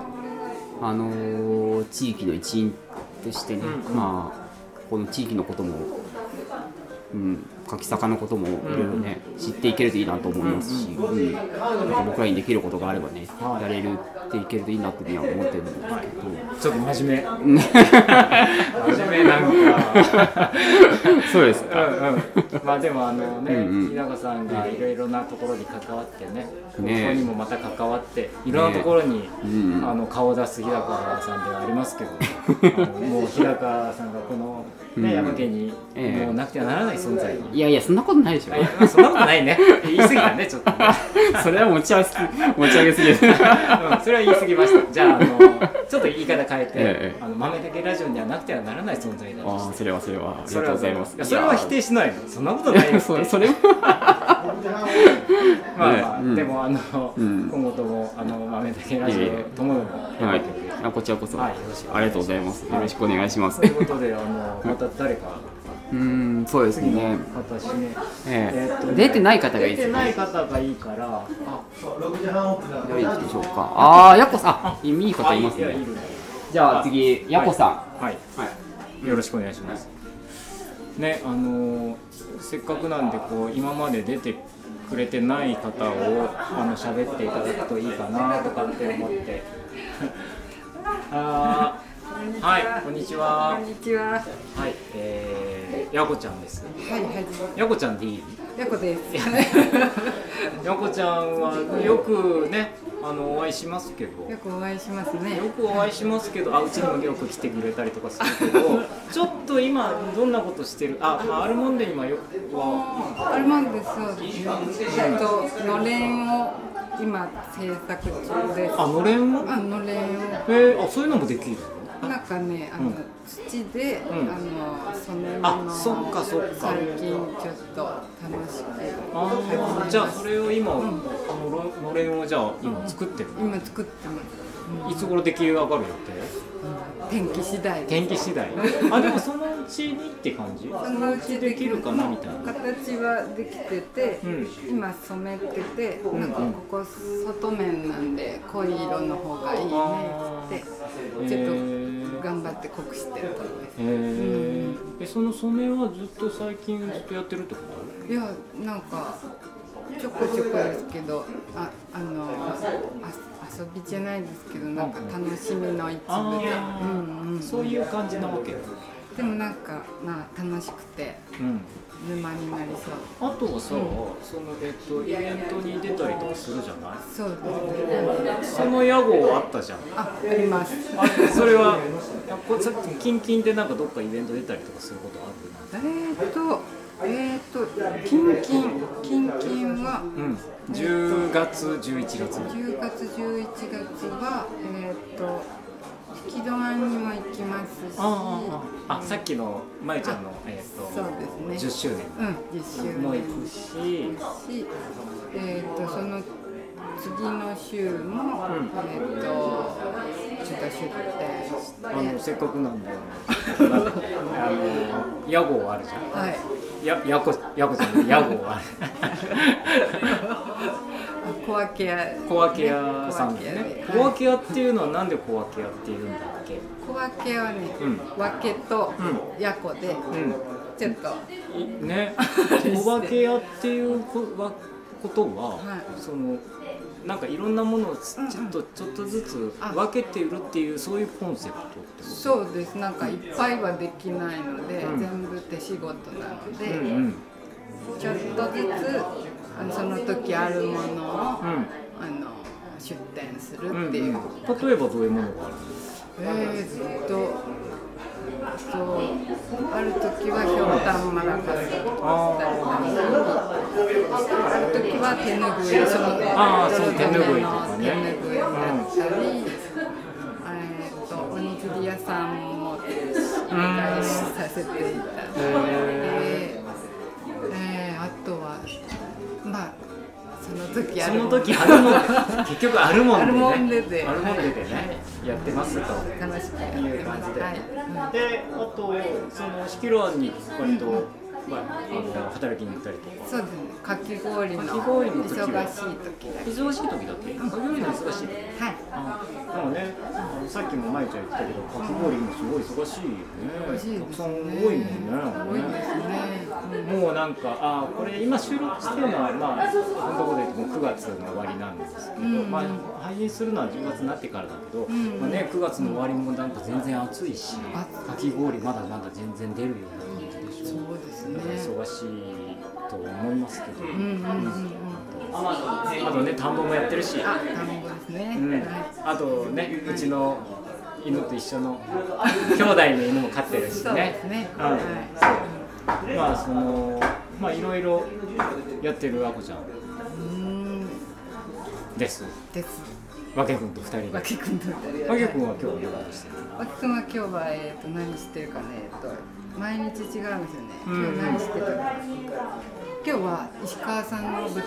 Speaker 6: ああのー地域の一員としてね、まあこの地域のことも、うん、柿坂のこともいろいろね、知っていけるといいなと思いますし、うんなんか僕らにできることがあればね、やれるっていけるといいなっていうふうには思ってるんですけど。
Speaker 1: ちょっと真面目真面目なんか。
Speaker 6: そうですか
Speaker 1: うんうんまあでもあのね、
Speaker 6: うんうん
Speaker 1: 日高さんがいろいろなところに関わってね、ここ
Speaker 6: ねえ
Speaker 1: にもまた関わって、いろんなところに、
Speaker 6: うんうん
Speaker 1: あの顔を出す日高さんではありますけ ど、あのもう日高さんがこの、ね山家に、
Speaker 6: ええ
Speaker 1: もうなくてはならない存在に。
Speaker 6: いやいや、そんなことないでしょ
Speaker 1: あい。やまあそんなことないね。言い過ぎたね、ちょっとね、
Speaker 6: それは持ち上げすぎ、持ち上げすぎです。
Speaker 1: うんそれは言い過ぎました。じゃあ、あの、ちょっと言い方変えて、
Speaker 6: ええ
Speaker 1: あの豆だけラジオにはなくてはならない存在だと
Speaker 6: ああ、それはそれは、ありがとうございます。
Speaker 1: やそれは否定しないの。そんなことないよ。
Speaker 6: それそれは
Speaker 1: まあまあ、
Speaker 6: ねうん
Speaker 1: でもあの、
Speaker 6: うん
Speaker 1: 今後ともあの豆だけラジ
Speaker 6: いえい
Speaker 1: オ
Speaker 6: え
Speaker 1: ともどもや
Speaker 6: は
Speaker 1: っ
Speaker 6: い
Speaker 1: てくれる、
Speaker 6: あこちらこそ、
Speaker 1: はいよろしくお願いします
Speaker 6: ありがとうございますよろしくお願いします
Speaker 1: ということであのまた誰か
Speaker 6: うーんそうです
Speaker 1: 次の
Speaker 6: ね
Speaker 1: 方指名、
Speaker 6: ええ
Speaker 1: ーっと
Speaker 6: 出てない方がいいです
Speaker 1: 出て
Speaker 6: よ
Speaker 1: ない
Speaker 6: ね
Speaker 1: 方がいいからあ
Speaker 6: 誰行きましょうかああやこさんあいいい方います
Speaker 1: あいやい
Speaker 6: ね
Speaker 1: る
Speaker 6: じゃあ次やこさん
Speaker 1: はい
Speaker 6: はい、
Speaker 1: よろしくお願いします。ね、あのーせっかくなんでこう今まで出てくれてない方をあの喋っていただくといいかなとかって思って。 あーはい、こんにちは。
Speaker 7: こんにちは。は
Speaker 1: はい、えー、やこちゃんです。
Speaker 7: いはい。
Speaker 1: やこちゃんでいい？
Speaker 7: やこです。
Speaker 1: やこちゃんはよくね、あのお会いしますけど。
Speaker 7: よくお会いしますね。
Speaker 1: よくお会いしますけど、あうちにもよく来てくれたりとかするけど、ちょっと今、どんなことしてる、あ、まあ、アルモンデにはよくは、
Speaker 7: アルマンデそうです。えっとのれんを今制作中です。
Speaker 1: あ、のれんも
Speaker 7: あのれんを
Speaker 1: えー、あ、そういうのもできる
Speaker 7: なんかねあの、土で、
Speaker 1: ん
Speaker 7: あの染め物
Speaker 1: あ
Speaker 7: を
Speaker 1: そっかそっか
Speaker 7: 最近ちょっと楽しくやって
Speaker 1: あ
Speaker 7: ま
Speaker 1: ー
Speaker 7: す
Speaker 1: じゃあ、それを今、あのろのれんをじゃあ、今作ってる、
Speaker 7: 今作ってます。
Speaker 1: いつ頃出来上がる予
Speaker 7: 天気次第
Speaker 1: 定
Speaker 7: です。
Speaker 1: 天気次 第。あ、でもそのうちにって感じ
Speaker 7: そのうち
Speaker 1: できるかなみたいな。
Speaker 7: 形はできてて、
Speaker 1: うん
Speaker 7: 今染めてて、なんかここ外面なんで濃い色の方がいいねっつってち
Speaker 1: へ
Speaker 7: ょっ
Speaker 1: ー
Speaker 7: と頑張って濃くしてたんです
Speaker 1: えー、えその染めはずっと最近ずっとやってるってこと
Speaker 7: いやなんかちょこちょこですけどああのあ遊びじゃないですけどなんか楽しみの一部で、
Speaker 1: あ
Speaker 7: うんうん、
Speaker 1: そういう感じなわけ
Speaker 7: でもなんかまあ楽しくて、
Speaker 1: うん、
Speaker 7: う沼になりそう
Speaker 1: あとはさ、そのえっとイベントに出たりとかするじゃない
Speaker 7: そうですね
Speaker 1: その屋号あったじゃん
Speaker 7: ああります
Speaker 1: あそれはあこさっき近々でなんかどっかイベント出たりとかすることある
Speaker 7: えーとえーとキンキンキンキンは
Speaker 1: うん、10月、11月
Speaker 7: 10月11月はえーと引き戸湾にも行きますし
Speaker 1: ああさっきのまゆちゃんの、え
Speaker 7: そうで
Speaker 1: ー、と10
Speaker 7: す
Speaker 1: 周
Speaker 7: うん実習
Speaker 1: 年も行くし、
Speaker 7: し、えー、とその次の週も、えー、とちょっと出店して、
Speaker 1: あ
Speaker 7: は
Speaker 1: のせっかくなんで、なんか あの屋号あるじゃん。
Speaker 7: い、
Speaker 1: ややこやこじゃない屋号 ある。
Speaker 7: あ小分け屋、ね、
Speaker 1: 小分け屋さんですね。小分
Speaker 7: け
Speaker 1: け屋っていうのはなんで小分け屋っていうんだっけ？
Speaker 7: 小分けはね、
Speaker 1: うん
Speaker 7: 分けと
Speaker 1: う
Speaker 7: やこで、
Speaker 1: う
Speaker 7: ちょっと
Speaker 1: ん。 ね
Speaker 7: 失礼
Speaker 1: 小分け屋っていうこはことは、
Speaker 7: はい
Speaker 1: そのなんかいろんなものをつ
Speaker 7: うんうん
Speaker 1: ちょっとちょっとずつ
Speaker 7: あ
Speaker 1: 分けて売るっていうそういうコンセプトってこと。
Speaker 7: そうですなんかいっぱいはできないので、
Speaker 1: うん
Speaker 7: 全部手仕事なので、
Speaker 1: うんうん
Speaker 7: ちょっとずつあのその時あるものを、
Speaker 1: う
Speaker 7: あ
Speaker 1: ん
Speaker 7: の出店す
Speaker 1: うん
Speaker 7: る
Speaker 1: うん
Speaker 7: っていう。
Speaker 1: 例えばどういうものがあるんです
Speaker 7: えーっと、えっと、ある時はひょうたんマラカスとかしたり、ある時は手ぬぐい、その
Speaker 1: あーそう
Speaker 7: 泥染
Speaker 1: 手
Speaker 7: め
Speaker 1: 拭いと
Speaker 7: の
Speaker 1: かね
Speaker 7: 手ぬぐいだったり、えーっと、おにぎり屋さんもお願いさせていただいて、えーあとは、まあ、その時あ
Speaker 1: そ
Speaker 7: る
Speaker 1: の時あるもん結局あるもんでね
Speaker 7: あるもんでで
Speaker 1: あるもんででね、やってますと
Speaker 7: 楽しくやって
Speaker 1: いう
Speaker 7: ま
Speaker 1: 感
Speaker 7: す
Speaker 1: じで、
Speaker 7: はいうん
Speaker 1: であとそのシキロンに割と、まあ、あの働きに行ったりとか
Speaker 7: そうですね。かき氷の
Speaker 1: かき氷の
Speaker 7: 忙し
Speaker 1: 時
Speaker 7: い
Speaker 1: は
Speaker 7: 時だけ。
Speaker 1: 忙しい時だってかき氷の忙しい時
Speaker 7: はい。
Speaker 1: あでもねあのさっきもまゆちゃん言ってたけどかき氷もすごい忙しいよね
Speaker 7: 美味しいです
Speaker 1: たくさ
Speaker 7: ね。
Speaker 1: ん多いもんねなんか
Speaker 7: 多いで
Speaker 1: ね
Speaker 7: すね。
Speaker 1: もうなんかあーこれ今収録してるのはまあこんとこで言っても9月の終わりなんですけど、
Speaker 7: うん
Speaker 1: まあ、配信するのは10月になってからだけど、
Speaker 7: ん
Speaker 1: まあね、9月の終わりもなんか全然暑いし、
Speaker 7: 暑
Speaker 1: かき氷まだまだ全然出るような感じでしょ
Speaker 7: そうです
Speaker 1: だから
Speaker 7: ね。
Speaker 1: 忙しいと思いますけど、
Speaker 7: うんうんうんうん。
Speaker 1: あとね田んぼもやってるし、
Speaker 7: あ、田んぼですね。
Speaker 1: うん
Speaker 7: は
Speaker 1: あとねうちの犬と一緒の兄弟の犬も飼ってる
Speaker 7: い。
Speaker 1: し
Speaker 7: そうで
Speaker 1: ね
Speaker 7: す。ね。
Speaker 1: はい
Speaker 7: は
Speaker 1: まあそのまあいろいろやってるあこちゃん
Speaker 7: い。うーん。
Speaker 1: です。
Speaker 7: です。
Speaker 1: わけくんと二人で。
Speaker 7: わ
Speaker 1: わ
Speaker 7: きくんと二人で。
Speaker 1: けくんは今日はどうしてる。
Speaker 7: わきくんは今日はえっと何してるかねえっと毎日違うんですよね。
Speaker 1: うん
Speaker 7: 今日何してるかな。今日は石川さんの豚の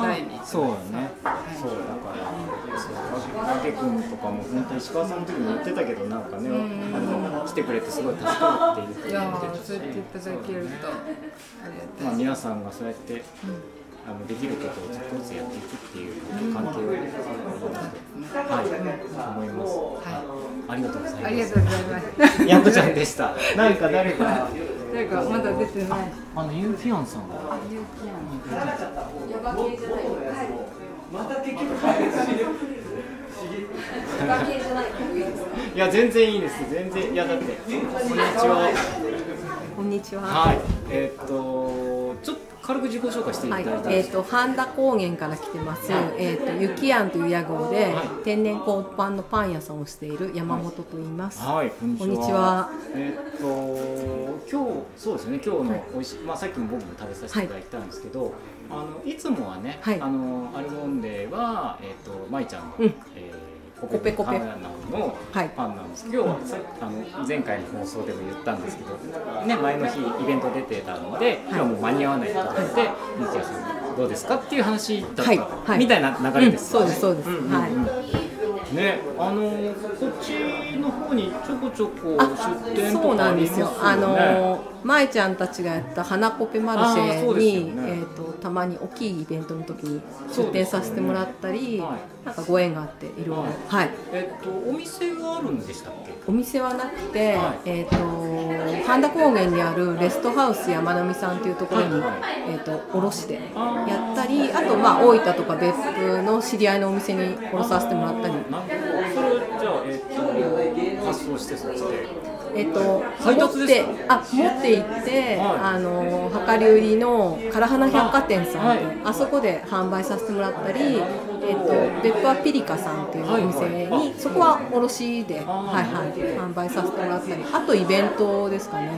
Speaker 7: 手伝いに。
Speaker 1: そうだね。
Speaker 7: い
Speaker 1: そうだから。そうわけくんとかも本当に石川さんの時も言ってたけどなんかね、あの来てくれてすごい助かるっていうふう
Speaker 7: い
Speaker 1: に
Speaker 7: や
Speaker 1: 言ってたし
Speaker 7: ーそう言っていただけるとあり
Speaker 1: まあ皆
Speaker 7: がたい。
Speaker 1: さんがそうやって。あのできることをちょっとずつやっていくっていう関係を、はい、思います。
Speaker 7: は
Speaker 1: ありがとうござい
Speaker 7: い、
Speaker 1: ま
Speaker 7: あ
Speaker 1: す。
Speaker 7: りがとうございます。
Speaker 1: やこちゃんでした。なんか誰か、
Speaker 7: 誰かまだ出てない。
Speaker 1: あのユーフィオンさんが。
Speaker 7: あ、ゆうきやん。
Speaker 1: いや全然いいです全然いやだってこんにちは
Speaker 2: こんにちは。
Speaker 1: はいえーっとちょっと軽く自己紹介していた
Speaker 8: は
Speaker 1: だ
Speaker 8: い
Speaker 1: いたん
Speaker 8: え
Speaker 1: で
Speaker 8: ー、
Speaker 1: す
Speaker 8: と半田高原から来てます、えー、とゆきやんという屋号で、
Speaker 1: はい
Speaker 8: 天然コーンパンのパン屋さんをしている山本と言います、
Speaker 1: はいこんにちは
Speaker 8: こんにちは
Speaker 1: えーっと今日そうですね今日の美味しい、まあさっきも僕も食べさせていただいたんですけど、い、あのいつもはね、
Speaker 8: はい
Speaker 1: あのアルモンデはえーっとまいちゃんの、
Speaker 8: うん
Speaker 1: えー
Speaker 8: コペコペ
Speaker 1: パンの
Speaker 8: はい
Speaker 1: パンなんですけど、今日はさあの前回の放送でも言ったんですけど、ね、前の日イベント出てたので、今日はもう間に合わないと思って、三木屋さんどうですかっていう話だった、
Speaker 8: はいはい
Speaker 1: みたいな流れです、
Speaker 8: うんそうですそうです
Speaker 1: んんん
Speaker 8: はい
Speaker 1: ね、あのこっちの方にちょこちょこ
Speaker 8: あ
Speaker 1: 出店と
Speaker 8: そう
Speaker 1: か
Speaker 8: な
Speaker 1: あ
Speaker 8: ん
Speaker 1: り
Speaker 8: で
Speaker 1: ますす
Speaker 8: よ
Speaker 1: よね。
Speaker 8: あのまえちゃんたちがやった花コペマルシ
Speaker 1: あーそう
Speaker 8: ェ
Speaker 1: です
Speaker 8: に、
Speaker 1: よね
Speaker 8: えー、とたまに大きいイベントの時に出店させてもらった
Speaker 1: そ
Speaker 8: り、
Speaker 1: うですよねはい
Speaker 8: なんかご縁があっていろいろ
Speaker 1: はい
Speaker 8: はい
Speaker 1: えっとお店があるんでしたっけ？
Speaker 8: お店はなくて、
Speaker 1: はい
Speaker 8: えっ、と半田高原にあるレストハウス山並さんというところに、
Speaker 1: はいは
Speaker 8: えっ、と卸して
Speaker 1: あー
Speaker 8: やったり、あとまあ大分とか別府の知り合いのお店に卸させてもらったり、
Speaker 1: なるほど。それじゃあえっと発送してそっちで。
Speaker 8: えっと、
Speaker 1: 配達
Speaker 8: 持っ
Speaker 1: です
Speaker 8: て
Speaker 1: か
Speaker 8: あ持って行って、
Speaker 1: はい
Speaker 8: あの量り売りの唐花百貨店さん
Speaker 1: あ
Speaker 8: あ,、
Speaker 1: はい
Speaker 8: そこで販売させてもらったり、えっと、別府はピリカさんっていうお店に、
Speaker 1: はいはい
Speaker 8: そこは卸で、はいはい、販売させてもらったりあとイベントですかね、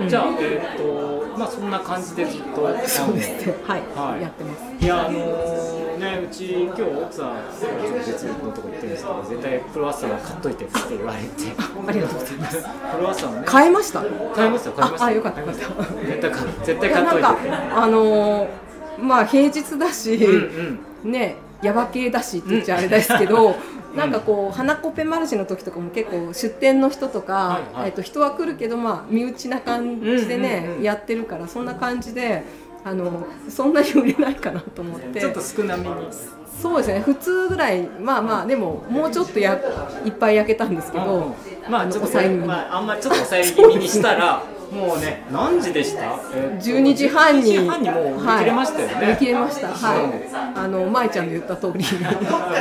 Speaker 8: うん
Speaker 1: じゃあ、えっ、と、まあ、そんな感じでずっと。そうです
Speaker 8: はい
Speaker 1: はい
Speaker 8: やってます
Speaker 1: いや、あのーね、うち、今日奥さん、別のとこ行ってるんですけど、絶対クロワッサンは買っといてって言われて。
Speaker 8: ありがとうございます
Speaker 1: クロワッサンをね。
Speaker 8: 買えました
Speaker 1: 買いました、買いました。
Speaker 8: ああよかったよかった
Speaker 1: 絶対買、絶
Speaker 8: い
Speaker 1: 対
Speaker 8: や
Speaker 1: 買っ
Speaker 8: な
Speaker 1: と
Speaker 8: ん
Speaker 1: いて
Speaker 8: か
Speaker 1: って。
Speaker 8: あのーまあ平日だし、
Speaker 1: うん
Speaker 8: ねヤバ系だしって言っちゃあれですけど、 なんかこう花コペマルシェの時とかも結構出店の人とか、
Speaker 1: はいはい
Speaker 8: えっと人は来るけどまあ身内な感じでね、
Speaker 1: うんうんうん
Speaker 8: やってるからそんな感じで。あのそんなに売れないかなと思っ
Speaker 1: うん。
Speaker 8: て
Speaker 1: ちょっと少なめに。
Speaker 8: そうですね普通ぐらいまあまあでももうちょっとやいっぱい焼けたんですけど、
Speaker 1: うんまあ、
Speaker 8: の
Speaker 1: ちょっと、
Speaker 8: 抑え気味に
Speaker 1: まあ、あんまりちょっと抑え気味にしたら。もうね、何時でした。えーと
Speaker 8: 12時半に
Speaker 1: 12時半にもう売り切れましたよね。
Speaker 8: はい、売り切れましたはいあの舞ちゃんの言った通り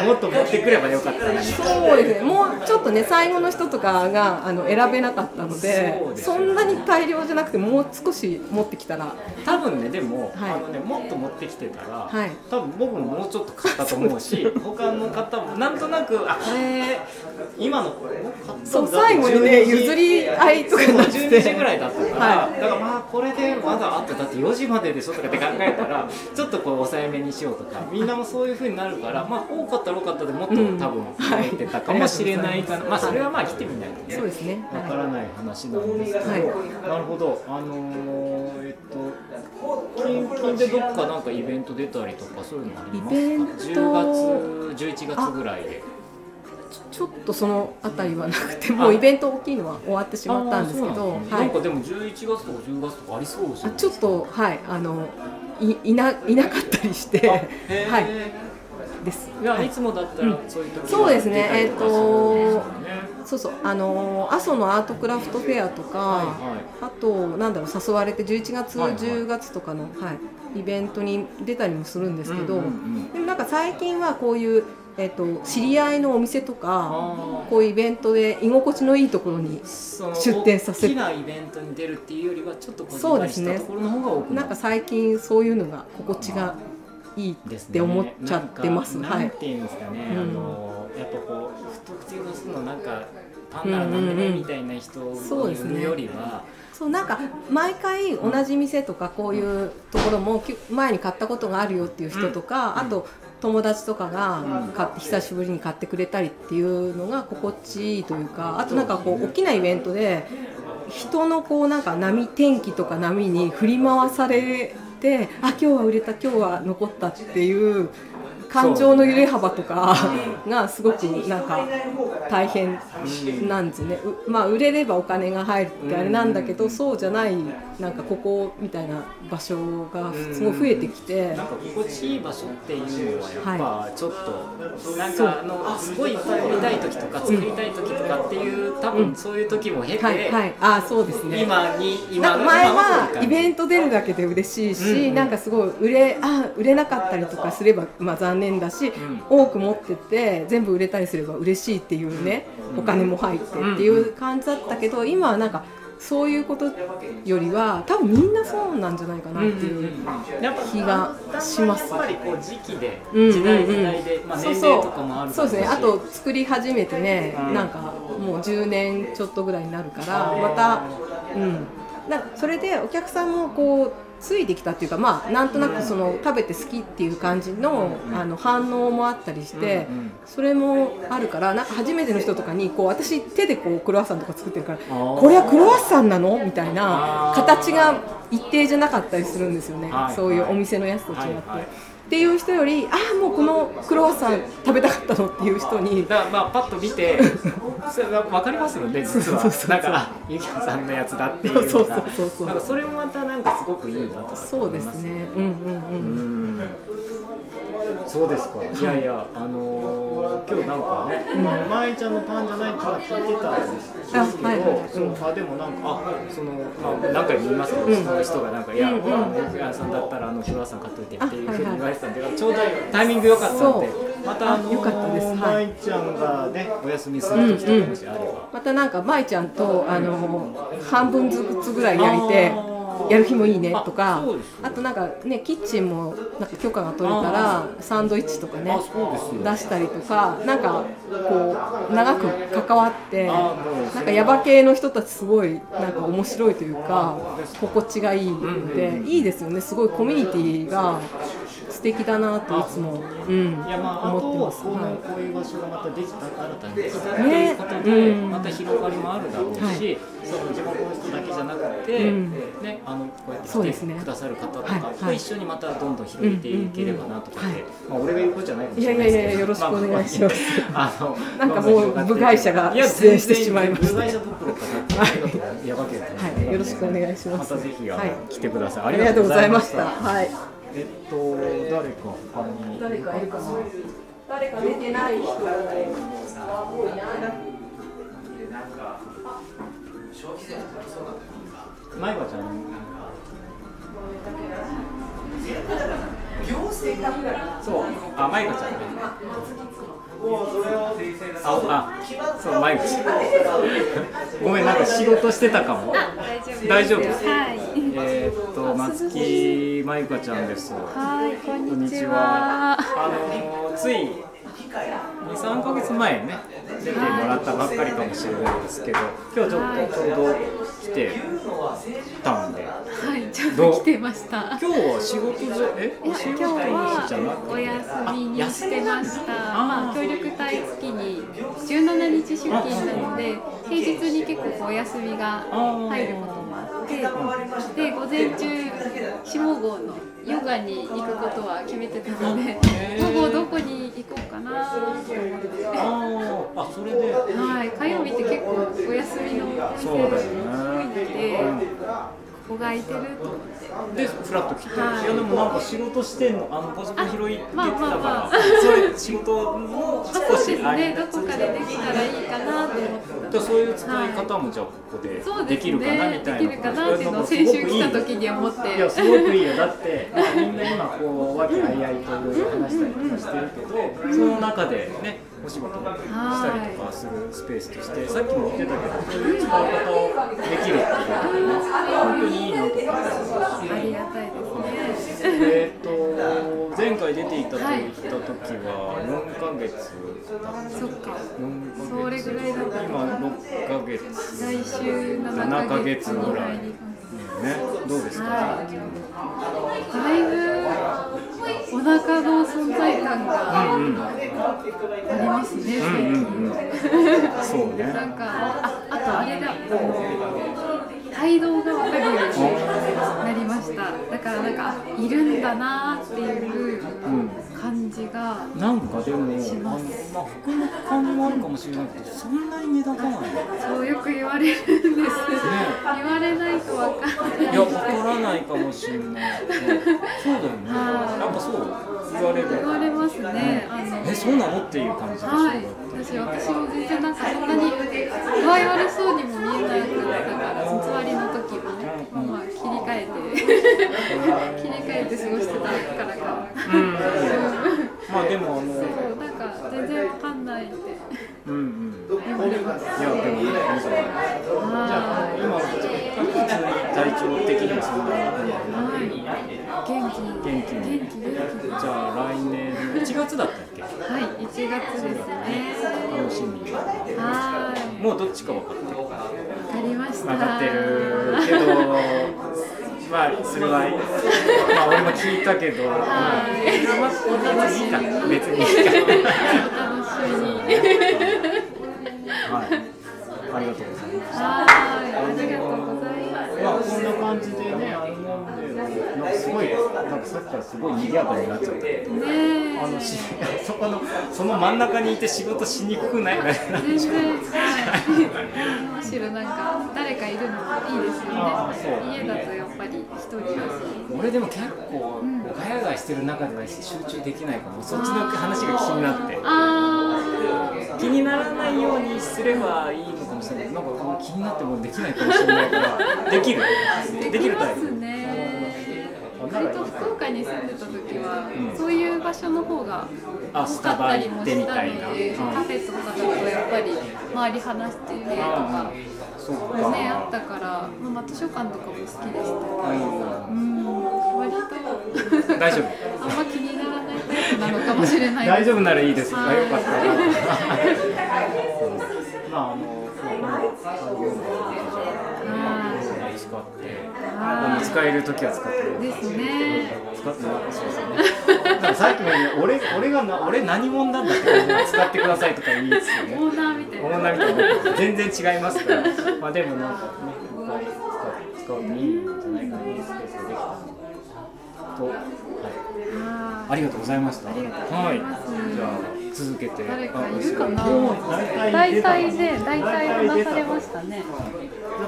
Speaker 1: もっと持ってくればよかったね。
Speaker 8: そうですねもうちょっとね最後の人とかがあの選べなかったので
Speaker 1: そうです
Speaker 8: そんなに大量じゃなくてもう少し持ってきたら
Speaker 1: 多分ねでも、
Speaker 8: はい
Speaker 1: あのねもっと持ってきてたら、
Speaker 8: はい
Speaker 1: 多分僕ももうちょっと買ったと思う し他の方もなんとなくあこれ今のこれ僕買ったんだ
Speaker 8: そう最後にね譲り合いとかになっ
Speaker 1: 12時ぐ
Speaker 8: て
Speaker 1: らいだったから、
Speaker 8: は
Speaker 1: だからまあこれでまだあとだって4時まででしょとかって考えた らちょっとこう抑えめにしようとかみんなもそういう風になるからまあ多かったら多かったでもっと多分入ってたかもしれないかな、まあそれはまあ来てみないとね
Speaker 8: そうですね
Speaker 1: わからない話なんですけど、
Speaker 8: はい
Speaker 1: なるほど、あのー、えっと、近々でどっかなんかイベント出たりとか、そういうのありますか。
Speaker 8: イベント
Speaker 1: 10月、11月ぐらいで。
Speaker 8: ちょっとその辺りはなくてもうイベント大きいのは終わってしまったんですけ
Speaker 1: あーそう
Speaker 8: ど
Speaker 1: なんですね
Speaker 8: は
Speaker 1: なん
Speaker 8: い
Speaker 1: かでも11月とか10月とかありそうですよ
Speaker 8: あ
Speaker 1: ね。
Speaker 8: ちょっとはいあのいいないなかったりして
Speaker 1: へー
Speaker 8: はいです
Speaker 1: いや、いつもだったらそういう時は
Speaker 8: そうですね
Speaker 1: 出たりとかするんですよね
Speaker 8: そうそうあの阿蘇のアートクラフトフェアとか、
Speaker 1: は
Speaker 8: あとなんだろう誘われて11月、
Speaker 1: はいはい
Speaker 8: 10月とかの、はい、イベントに出たりもするんですけど、
Speaker 1: うんうんうん
Speaker 8: でもなんか最近はこういう、えっと知り合いのお店とか
Speaker 1: あ
Speaker 8: こういうイベントで居心地のいいところに
Speaker 1: ーその
Speaker 8: 出店させ
Speaker 1: 大
Speaker 8: る
Speaker 1: きなイベントに出るっていうよりはちょっとこ
Speaker 8: そう
Speaker 1: う
Speaker 8: です
Speaker 1: した
Speaker 8: ね
Speaker 1: ところの方が多くな
Speaker 8: な
Speaker 1: っ
Speaker 8: んか最近そういうのが心地がいいっ
Speaker 1: ですね
Speaker 8: て思っちゃってます。
Speaker 1: なんかな
Speaker 8: は
Speaker 1: ん
Speaker 8: い
Speaker 1: ていうんですかね、
Speaker 8: うん
Speaker 1: あのやっぱこう不特定の人のなんかパンならなんでもいいみたいな人
Speaker 8: そう
Speaker 1: を
Speaker 8: です
Speaker 1: 売
Speaker 8: ね
Speaker 1: るよりは、
Speaker 8: そうなんか毎回同じ店とかこういうところもきゅ前に買ったことがあるよっていう人とか、あと友達とかが買って久しぶりに買ってくれたりっていうのが心地いいというかあとなんかこう大きなイベントで人のこうなんか波天気とか波に振り回されてあ今日は売れた今日は残ったっていう感情の揺れ幅とかがすごくなんか大変なんですよね、うまあ売れればお金が入るってあれなんだけど、そうじゃないなんかここみたいな場所がすごい増えてきて、
Speaker 1: なんか心地いい場所っていうのはやっぱちょっと、なんかあのすごいいっぱい売りたい時とか作りたい時とかっていう多分そういう時も経て、
Speaker 8: はいはいあそうですね
Speaker 1: 今に今
Speaker 8: なんか前はイベ
Speaker 1: ン
Speaker 8: ント出るだけで嬉しいし、
Speaker 1: うんうん
Speaker 8: なんかすごい売れあ売れなかったりとかすれば、まあ、残念だし、多く持ってて全部売れたりすれば嬉しいっていうね、お金も入ってっていう感じだったけど、今はなんかそういうことよりは多分みんなそうなんじゃないかなっていう
Speaker 1: やっぱ
Speaker 8: 気がします。
Speaker 1: やっぱりこう時期で
Speaker 8: うんうんうん
Speaker 1: 時代時代で、まあ、
Speaker 8: そう
Speaker 1: 年
Speaker 8: そ
Speaker 1: 齢
Speaker 8: う
Speaker 1: とかもあるだ
Speaker 8: そう
Speaker 1: ろうし
Speaker 8: ですねあと作り始めてね、なんかもう10年ちょっとぐらいになるからまたうんなんかそれでお客さんもこうついてきたっていうかまあなんとなくその食べて好きっていう感じの,、あの反応もあったりして、それもあるからなんか初めての人とかにこう私手でこうクロワッサンとか作ってるからこれはクロワッサンなのみたいな形が一定じゃなかったりするんですよね、
Speaker 1: はい
Speaker 8: そういうお店のやつと違って。
Speaker 1: はいはい
Speaker 8: っていう人よりああもうこのクロワッサン食べたかったのっていう人に
Speaker 1: だからまあパッと見てそれが分かりますので実はなんかあゆきこさんのやつだっていうのが
Speaker 8: そうそうそうそう
Speaker 1: なんかそれもまたなんかすごくいいなと
Speaker 8: そうですねうんうんうん
Speaker 1: うんそうですかいやいやあのー、今日なんかね、まいちゃんのパンじゃないっていうのは聞いてたんですけど、
Speaker 8: あはいはい
Speaker 1: そうあでもなんかあそのまあ何回も言いますけど、その人がなんか「いや、ほらね、平井さんだったらあの日村さん買っといて」っていうふうに
Speaker 8: あはいはい
Speaker 1: 言われてたんで、ちょうどタイミング良かったんで
Speaker 8: そ
Speaker 1: またあ
Speaker 8: あ
Speaker 1: の
Speaker 8: 良かったですはい
Speaker 1: 舞ちゃんがねお休みする時とかもしあれば、
Speaker 8: またなんか舞ちゃんとあの半分ずつぐらい焼いてやる日もいいねとか
Speaker 1: そうです
Speaker 8: あとなんかねキッチンもなんか許可が取れたらサンドイッチとかね出したりとかなんかこう長く関わってなんかヤバ系の人たちすごいなんか面白いというか心地がいいのでいいですよねすごいコミュニティが素敵だなといつも、うん、
Speaker 1: いやまああと
Speaker 8: 思ってます。
Speaker 1: この
Speaker 8: はい
Speaker 1: こういう場所がまたできた新たにできたっていうことで、
Speaker 8: ねうん
Speaker 1: また広がりもあるだろうし、
Speaker 8: はい
Speaker 1: その地元の人だけじゃなくて、
Speaker 8: うん
Speaker 1: ねあのこうやって
Speaker 8: そうで
Speaker 1: 来
Speaker 8: す
Speaker 1: て
Speaker 8: ね
Speaker 1: くださる方と
Speaker 8: はい
Speaker 1: かと
Speaker 8: はい
Speaker 1: 一緒にまたどんどん広げていければなとかって、まあ俺が言うことじゃないかも
Speaker 8: い
Speaker 1: し
Speaker 8: や
Speaker 1: れ
Speaker 8: い
Speaker 1: ない
Speaker 8: や
Speaker 1: です
Speaker 8: い
Speaker 1: け
Speaker 8: や
Speaker 1: ど、
Speaker 8: よろしくお願いします。
Speaker 1: まあ。あの
Speaker 8: なんかもう部外者が出演してしまいました
Speaker 1: や全然部外者どころかだってありがとうやばけ
Speaker 8: はい、よろしくお願いしま。
Speaker 1: ますたぜひあの、
Speaker 8: はい、
Speaker 1: 来てください。
Speaker 8: あ
Speaker 1: あ
Speaker 8: りがとうございまし
Speaker 1: りが
Speaker 8: た。
Speaker 1: とうございま
Speaker 8: はい。
Speaker 1: した。えっと誰か他に
Speaker 8: 誰かいるかな。誰か出てない人。
Speaker 1: 前はちゃんそう、あ、マイカちゃんね。あ、あ、そう、マイカちゃん。ごめん、なんか仕事してたかも。
Speaker 7: 大丈夫です。
Speaker 1: 大丈夫です
Speaker 7: はい。
Speaker 1: えーっと、松木マイカちゃんです。
Speaker 7: はい、こん
Speaker 1: こん
Speaker 7: に
Speaker 1: に
Speaker 7: ち
Speaker 1: ち
Speaker 7: は
Speaker 1: は。。あのーつい二三ヶ月前ね出てもらったばっかりかもしれないですけど、今日ちょっとちょうど来てたんで、
Speaker 7: はい、ちょっと来てま した。
Speaker 1: 今日は仕事じゃえ
Speaker 7: いや
Speaker 1: 仕
Speaker 7: 今
Speaker 1: 事
Speaker 7: 日
Speaker 1: じゃなく
Speaker 7: はお
Speaker 1: て
Speaker 7: 休みにしてました。まあ協力隊月に17日出勤なので、平日に結構こうお休みが入ることもあって、で午前中下郷のヨガに行くことは決めてたので、午後どこに行こうかなと思って。
Speaker 1: あーあそれで
Speaker 7: はい、火曜日って結構お休みのお店
Speaker 1: そ
Speaker 7: が
Speaker 1: うだよ
Speaker 7: 多いので、
Speaker 1: ね。
Speaker 7: ここが空いてると思って。
Speaker 1: でフラッと来て、
Speaker 7: はい
Speaker 1: い、やでもなんか仕事してんのあのパソコン拾いって言ってたから、
Speaker 7: まあまあまあ
Speaker 1: それ仕事も
Speaker 7: まあ、
Speaker 1: 少
Speaker 7: そう
Speaker 1: し
Speaker 7: です
Speaker 1: あり
Speaker 7: ね、どこかでできたらいいかなと思ってたの
Speaker 1: で
Speaker 7: で。
Speaker 1: そういう使い方もじゃあここで
Speaker 7: そ
Speaker 1: で
Speaker 7: うです
Speaker 1: きるかなみ
Speaker 7: ね、で
Speaker 1: たい
Speaker 7: き
Speaker 1: な
Speaker 7: るかなっていうのを先週来た時に思っ
Speaker 1: いや
Speaker 7: て。
Speaker 1: すごくいいよだってなんかみんな今こう和気あいあいといろいろ話したりとかしてるけどその中でねお仕事をしたりとかするスペースとしてさっきも言ってたけどそういう使い方をできるっていうのはね本当にいいなと思います
Speaker 7: ありがたいですね。
Speaker 1: えっと前回出ていたと言った時は4ヶ月だった
Speaker 7: そっか、
Speaker 1: 4ヶ
Speaker 7: それ
Speaker 1: 月
Speaker 7: ぐらいだった
Speaker 1: 今6ヶ月
Speaker 7: 来週
Speaker 1: 7
Speaker 7: 7
Speaker 1: ヶ
Speaker 7: ヶ
Speaker 1: 月
Speaker 7: 月
Speaker 1: ぐ
Speaker 7: ぐ
Speaker 1: ら
Speaker 7: ら
Speaker 1: い
Speaker 7: い
Speaker 1: ね
Speaker 7: に。
Speaker 1: どうですか、
Speaker 7: はい、だいぶお腹の存在感がありますね、最近
Speaker 1: そうね
Speaker 7: なんか、ああとあれだ、態度が分かるようになりました、だからなんか、あいるんだなっていう感じが、
Speaker 1: なんかでも、あのまあ、服の感じもあるかもしれないけど、そんなに目立たない。い
Speaker 7: そうよく言われるんです、言われないと分かんない。
Speaker 1: や、わからないかもしれない。そうだよね。やっぱそう、言われる。
Speaker 7: 言われますね。あの
Speaker 1: え、そうなのっていう感じでしょ
Speaker 7: はい、私私も全然なんかそんなに具合悪そうにも見えなくだからつわりの時もね、まあ切り替えて切り替えて過ごしてたからか、
Speaker 1: まあ、でも、あの、
Speaker 7: そうなんか全然わかんないって
Speaker 1: うんうん。いや、でも、いいですね。
Speaker 7: は
Speaker 1: 今、普通に体調的にもそんなに。
Speaker 7: いはい元気
Speaker 1: 元気に
Speaker 7: 元気元気
Speaker 1: じゃあ、来年の1月だったっけ。
Speaker 7: はい1月です
Speaker 1: 楽しみ。
Speaker 7: ねはい
Speaker 1: もうどっちか分かってる。
Speaker 7: わかりました
Speaker 1: 分かってるけど、まあそれは、まあ俺も聞いたけど、
Speaker 7: はい
Speaker 1: まあ別にいいか、別にいいか。
Speaker 7: お楽しみに
Speaker 1: はい、ありがとうございます。
Speaker 7: はい、ありがとうございます。
Speaker 1: まあこんな感じでね、あれなんで、なんかすごい、なんかさっきからすごい賑やかになっちゃって、
Speaker 7: ねえ
Speaker 1: あのし、そこのその真ん中にいて仕事しにくくない？
Speaker 7: 全然、はい、むしろなんか誰かいるのもいいです
Speaker 1: あーそう
Speaker 7: よね。家だとやっぱり一人だし。
Speaker 1: 俺でも結構ガヤガヤしてる中では集中できないから、そっちの話が気になって。
Speaker 7: あ
Speaker 1: 気にならないようにすればいいのかもしれないなんか気になってもできないかもしれないからできる
Speaker 7: あ、
Speaker 1: できるタイ
Speaker 7: ます
Speaker 1: プ
Speaker 7: ね。
Speaker 9: ずっと福岡に住んでた時は、そういう場所の方が
Speaker 1: あ
Speaker 9: 多
Speaker 1: ス
Speaker 9: か
Speaker 1: タ
Speaker 9: っ
Speaker 1: バ
Speaker 9: たり
Speaker 1: 行
Speaker 9: も
Speaker 1: ってみ
Speaker 9: した
Speaker 1: たいな
Speaker 9: ので、
Speaker 1: うん
Speaker 9: カフェとかだとやっぱり周り話しててとか、
Speaker 1: そうか
Speaker 9: ねあったから、まあ、図書館とかも好きでしたけど、うん、割と
Speaker 1: 大丈
Speaker 9: あんま気にならないタイプなのかもしれない
Speaker 1: 大丈夫ならいいです
Speaker 9: は
Speaker 1: あよかった
Speaker 9: はい
Speaker 1: まああのそうまあこの使って あの使える時は使ってる
Speaker 9: ですね。
Speaker 1: 使ってもらってそうですねだからさっきもね俺俺がな俺何者なんだって感じで使ってくださいとか言いつつね
Speaker 9: オーナーみたい
Speaker 1: オ
Speaker 9: な。
Speaker 1: ーナーみたいな全然違いますからまあでもなんかねこう使う使うといいんじゃないかないいスペースができたと、はい、
Speaker 9: あ
Speaker 1: ありがとうございました
Speaker 9: りがとうございます
Speaker 1: はいじゃあ続けて
Speaker 9: ー誰かい
Speaker 1: あ
Speaker 9: るかな。
Speaker 1: 大
Speaker 9: 大
Speaker 1: 体
Speaker 9: 体
Speaker 1: 出た
Speaker 9: ね、大体話されましたね。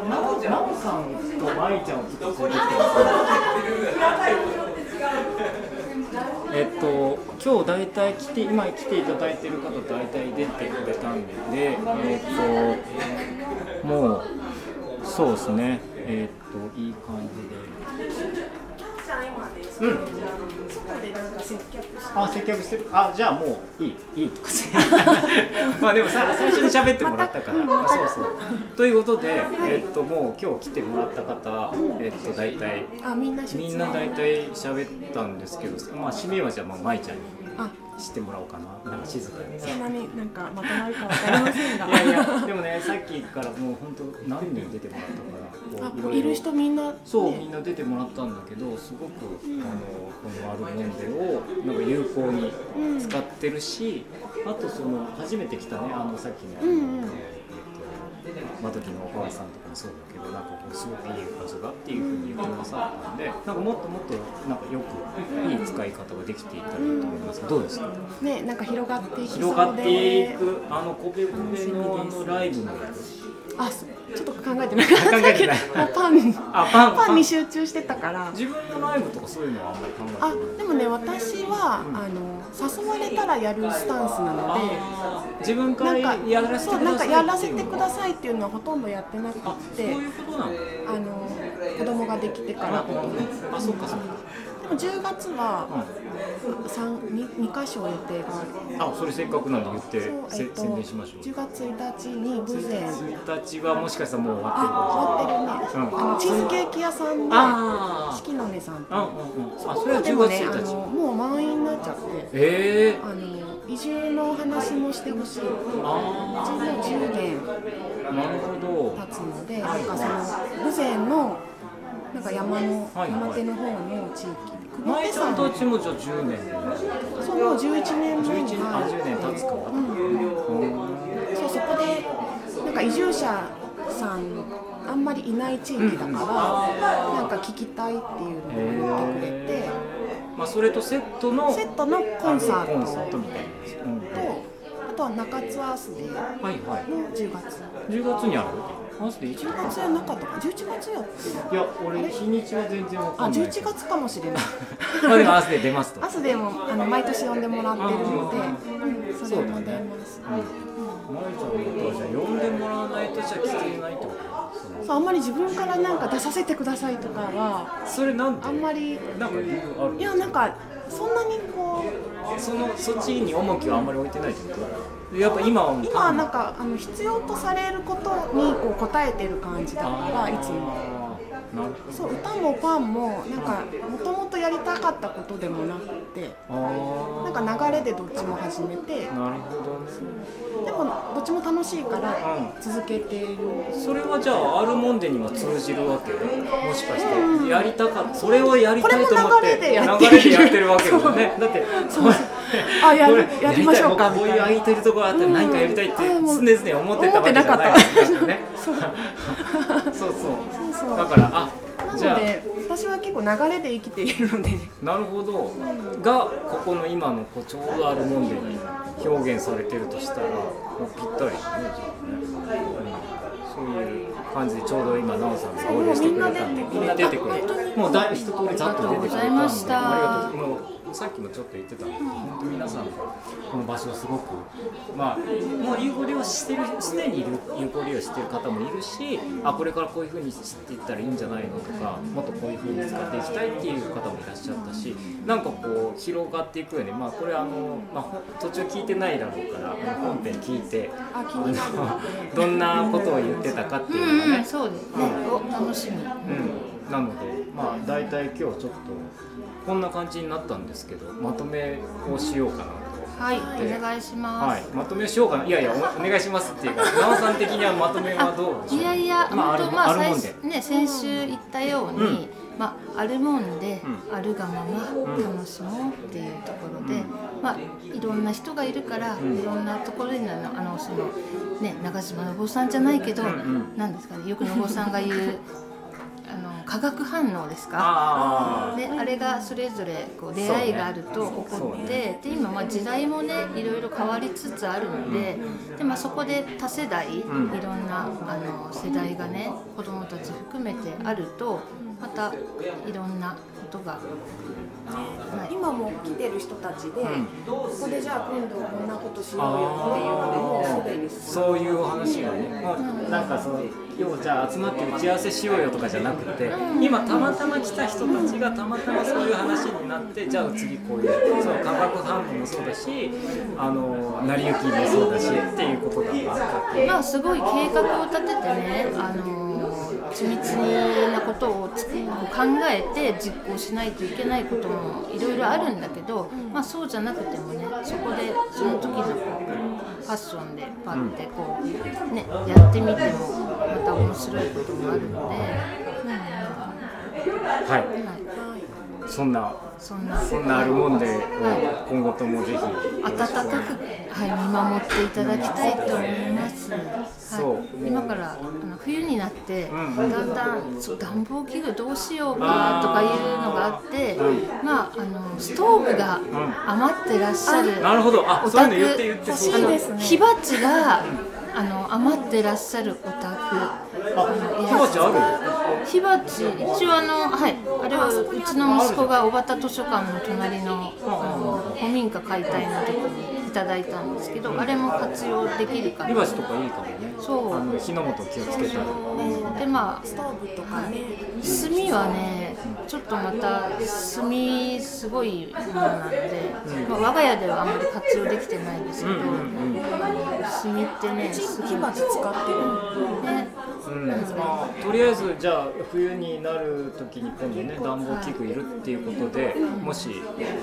Speaker 1: なおちゃん、なおさんとまいちゃんをずっと連れてきてます。えっと、今日大体来て、今来ていただいている方、大体出てくれたんで、えっと、もう、そうですね、えっと、いい感じで。うん、あ、接客してる、あ、じゃあもういい、いいとかせ。まあでもさ、最初に喋ってもらったから、あそうそう。ということで、えっともう今日来てもらった方、えっと大体
Speaker 8: あみんな
Speaker 1: みんな大体喋ったんですけど、まあ締めはじゃあまあ舞ちゃんに
Speaker 8: あ
Speaker 1: してもらおうかな。なんか静かに。
Speaker 8: そんなになんかまとまるかわかりませんが
Speaker 1: いやいや、でもね、さっきからもう本当何人出てもらったから、
Speaker 8: あ
Speaker 1: こう
Speaker 8: いる人みんな
Speaker 1: そう、みんな出てもらったんだけどすごくあのこのアルモンデをなんか有効に使ってるし、あとその初めて来たねあのさっきの、えっとマドキのお母さんとかもそうだけどなんかこうすごくいい場所だっていうふうに言ってくださったんでなんかもっともっとなんかよくいい使い方ができていたらいいと思いますどうですか
Speaker 8: ねなんか広がっていきそうで
Speaker 1: 広がっていくあのコペコペのあのライブの
Speaker 8: あそうちょっと考えてなかった
Speaker 1: 考え てない
Speaker 8: もうパン
Speaker 1: あパン
Speaker 8: パンに集中してたから
Speaker 1: 自分のライブとかそういうのはあんまり考えてない
Speaker 8: あでもね私は、あの誘われたらやるスタンスなので
Speaker 1: 自分か
Speaker 8: なん
Speaker 1: ら
Speaker 8: か
Speaker 1: やらせて
Speaker 8: そう
Speaker 1: く
Speaker 8: な
Speaker 1: だ
Speaker 8: ん
Speaker 1: さ
Speaker 8: か
Speaker 1: い
Speaker 8: やらせて
Speaker 1: っていう
Speaker 8: く
Speaker 1: の
Speaker 8: だ
Speaker 1: は
Speaker 8: さいっていうのはほとんどやってなく
Speaker 1: あ
Speaker 8: っ
Speaker 1: そう
Speaker 8: て
Speaker 1: いうことなの
Speaker 8: あの子供ができてからほとんどでも
Speaker 1: あそっかそっか
Speaker 8: 10月は三二2箇所予定がある
Speaker 1: あそれせっかくなんで言って、
Speaker 8: そう
Speaker 1: せ
Speaker 8: えっと
Speaker 1: 宣伝しましょう
Speaker 8: 10月1日にブゼン
Speaker 1: 1日はもしかしたらもう終わってるか
Speaker 8: あ終わってるね、あのチーズケーキ屋さん
Speaker 1: あ
Speaker 8: の
Speaker 1: ー
Speaker 8: 四季のねさん
Speaker 1: もしれないうんうんうん
Speaker 8: そ
Speaker 1: あ
Speaker 8: こ
Speaker 1: それは
Speaker 8: もで
Speaker 1: 10
Speaker 8: も
Speaker 1: 月
Speaker 8: ねあ
Speaker 1: 1日
Speaker 8: のもう満員になっちゃって
Speaker 1: ええ
Speaker 8: あの移住のお話もしてほしい。うち
Speaker 1: あ
Speaker 8: も10年
Speaker 1: ーなるほど
Speaker 8: 経つので、なんかその豊前のなんか山の
Speaker 1: はい
Speaker 8: 山手の方の地域、久保
Speaker 1: 前
Speaker 8: 手
Speaker 1: ちゃ
Speaker 8: 山
Speaker 1: んとうちもじゃあ10年
Speaker 8: そうもう11年前に
Speaker 1: 11あ10年経つか
Speaker 8: うん、そうそこでなんか移住者さんあんまりいない地域だから、なんか聞きたいっていうのを言ってくれて、
Speaker 1: まあそれとセットの
Speaker 8: セットのコンサ
Speaker 1: あのコンサ
Speaker 8: ー
Speaker 1: ート
Speaker 8: トと
Speaker 1: みたいなやつうん
Speaker 8: あとは中津アースでの
Speaker 1: はいはい
Speaker 8: 10月。
Speaker 1: 10月にあるマジで一
Speaker 8: 10月じゃなかったか11月やった
Speaker 1: いや俺日にちは全然わ
Speaker 8: あ
Speaker 1: かんない
Speaker 8: 11月かもしれ ない
Speaker 1: まあでも明日で出ますと
Speaker 8: アスでもあの毎年呼んでもらってるので、うんそれも出ますそう、
Speaker 1: まゆちゃんのことはじゃあ呼んでもらわないとじゃあ聞けないってこと
Speaker 8: あんまり自分からなんか出させてくださいとかは
Speaker 1: それなんで
Speaker 8: あんまりい
Speaker 1: なんか理由ある
Speaker 8: やなんかそんなにこう
Speaker 1: そのそっちに重きをあんまり置いてないってことやっぱ今はもう
Speaker 8: 今はなんかあの必要とされることにこう答えてる感じだからいつも。
Speaker 1: あーなるほ
Speaker 8: そう歌もパンもなんかもともとやりたかったことでもなくて
Speaker 1: どあ
Speaker 8: なんか流れでどっちも始めて
Speaker 1: ーなるほどね
Speaker 8: でもどっちも楽しいから続けている、
Speaker 1: それはじゃあアルモンデにも通じるわけもしかしてやりたかったそれをやりたいと思って
Speaker 8: これも流れでやってる
Speaker 1: 流れでやってるわけだもんねだってそう
Speaker 8: あや
Speaker 1: こ
Speaker 8: る
Speaker 1: れ
Speaker 8: やりましょうか
Speaker 1: やりたいこうい空いて
Speaker 8: みたいうな
Speaker 1: るところあったら何かやりたいって常
Speaker 8: うんあもう
Speaker 1: 々思ってたわけじゃない
Speaker 8: 思って
Speaker 1: ね
Speaker 8: なかっ た
Speaker 1: そうそう
Speaker 8: そうそう
Speaker 1: だからあじ
Speaker 8: な
Speaker 1: ゃ
Speaker 8: の
Speaker 1: あ
Speaker 8: で私は結構流れで生きているので
Speaker 1: なるほどがここの今のこうちょうどあるもんでに表現されてるとしたらもうぴったりだねじゃあね、うん、そういう感じでちょうど今奈緒さんが合流してくれたんで
Speaker 8: そう
Speaker 1: み
Speaker 8: もうみ
Speaker 1: ん
Speaker 8: ん
Speaker 1: な
Speaker 8: な
Speaker 1: 出て
Speaker 8: 出て
Speaker 1: く
Speaker 8: く
Speaker 1: れ
Speaker 8: れた
Speaker 1: たもうだ一通りざっと出てくれたんでありがとうございましたもうさっきもちょっと言ってたんですけど本当皆さんこの場所をすごくまあもう有効利用してるすでに有効利用してる方もいるしあこれからこういうふうにしていったらいいんじゃないのとかもっとこういうふうに使っていきたいっていう方もいらっしゃったしなんかこう広がっていくよねまあこれあの、まあほん、途中聞いてないだろうからあの本編聞いて
Speaker 10: あ気になる
Speaker 1: あのどんなことを言ってたかっていうのがね、
Speaker 2: そうですね。お楽しみ。
Speaker 1: うん、なのでまあ大体今日ちょっとこんな感じになったんですけどまとめをしようかなと
Speaker 2: はい、
Speaker 1: で
Speaker 2: お願いしま
Speaker 1: は
Speaker 2: す。
Speaker 1: い、まとめをしようかないやいやおお願いしますっていうかなおさん的にはまとめはどうでしょう
Speaker 2: いやいや、
Speaker 1: まあ
Speaker 2: 本当
Speaker 1: あ
Speaker 2: まあ
Speaker 1: るもん
Speaker 2: 最
Speaker 1: あるもんで
Speaker 2: 初ね先週言ったように、
Speaker 1: うん
Speaker 2: まあアルモンで、
Speaker 1: う
Speaker 2: あるがまま楽しもうっていうところで、まあいろんな人がいるから、
Speaker 1: うん
Speaker 2: いろんなところにあのあのそのね長島信夫さんじゃないけど、
Speaker 1: うん
Speaker 2: なんですかねよく信夫さんが言うあの化学反応です
Speaker 1: あ
Speaker 2: か
Speaker 1: ー
Speaker 2: ねあれがそれぞれこう出会いがあると起
Speaker 1: そう
Speaker 2: こ
Speaker 1: ね
Speaker 2: って、で今まあ時代もねいろいろ変わりつつあるので,、でまあ、そこで多世代、
Speaker 1: うん
Speaker 2: いろんなあの世代がね子どもたち含めてあるとまたいろんなことが、はい
Speaker 8: 今も来てる人たちで、
Speaker 1: ん
Speaker 8: ここでじゃあ今度こんなことしようよっていうのでもうすで
Speaker 1: あー
Speaker 8: に
Speaker 1: そういう話がね、もうなんかその要はじゃあ集まって打ち合わせしようよとかじゃなくて、今たまたま来た人たちがたまたまそういう話になって、じゃあ次こういうその化学反応もそうだし、あの成り行きもそうだしっていうことだな。
Speaker 2: まあ、すごい計画を立ててね、あの緻密なことをつ考えて実行しないといけないこともいろいろあるんだけど、まあ、そうじゃなくてもねそこでその時のこうファッションでパッてこう、ね、やってみてもまた面白いこともあるので、
Speaker 1: はい。そんな
Speaker 2: そんな
Speaker 1: そんなあるもんで、今後ともぜひ
Speaker 2: 温かく、はい、見守っていただきたいと思います。はい、今からあの冬になって、だんだんそう暖房器具どうしようかなとかいうのがあって、まああのストーブが余ってらっしゃる、
Speaker 1: あなるほどあ
Speaker 2: お
Speaker 1: そういう
Speaker 2: 宅
Speaker 1: の言って言ってそう
Speaker 2: あの
Speaker 1: 欲しいですね
Speaker 2: 火鉢があの余ってらっしゃるお宅あの
Speaker 1: 気持ちある。
Speaker 2: 火鉢一応あのはいあれはうちの息子が小畑図書館の隣のあの古民家解体の時にいただいたんですけどあれも活用できるか
Speaker 1: リ
Speaker 2: ら
Speaker 1: バシとかいいかもね。
Speaker 2: そう
Speaker 1: あの火の元気をつけたら。
Speaker 2: でまあストーブとかね、炭はねちょっとまた炭すごいものなので、まあ、我が家ではあんまり活用できてないんですけど、炭ってね火鉢使ってるね
Speaker 1: うんまあ、とりあえずじゃあ冬になるときに今度ね暖房器具いるっていうことで、もし、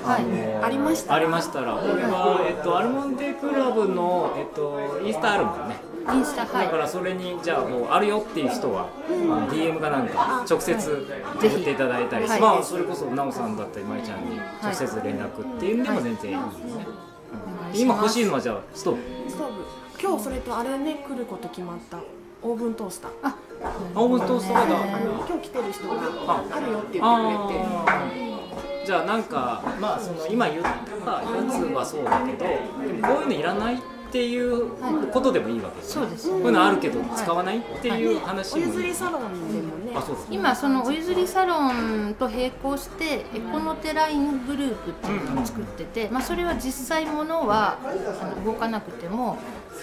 Speaker 2: はい
Speaker 1: の
Speaker 2: ありました
Speaker 1: ありましたらこれは、えっと、アルモンデクラブの、えっと、インスタあるもんね
Speaker 2: インスタはい
Speaker 1: だからそれにじゃあもうあるよっていう人は、あの DM かなんか直接送っていただいたり、
Speaker 2: はい
Speaker 1: まあそれこそ奈緒さんだったりまりちゃんに直接連絡っていうんでも全然いいですね、
Speaker 8: はい
Speaker 1: 今欲しいのはじゃあストーブ
Speaker 8: ストーブ今日それとあれね来ること決まったオーブントースターあ
Speaker 1: オーブントースターだ
Speaker 8: あの今日来てる人があるよって言ってくれて
Speaker 1: じゃあなんかまあその今言ったやつはそうだけどでもこういうのいらないっていうことでもいいわけです、ね
Speaker 2: そうです
Speaker 1: こういうのあるけど使わないっていう話
Speaker 8: お
Speaker 1: もいい、
Speaker 8: 譲りサロンでもね
Speaker 1: あそうですね
Speaker 2: 今そのお譲りサロンと並行してエコノテライングループっていうのを作ってて、まあ、それは実際ものはあの動かなくても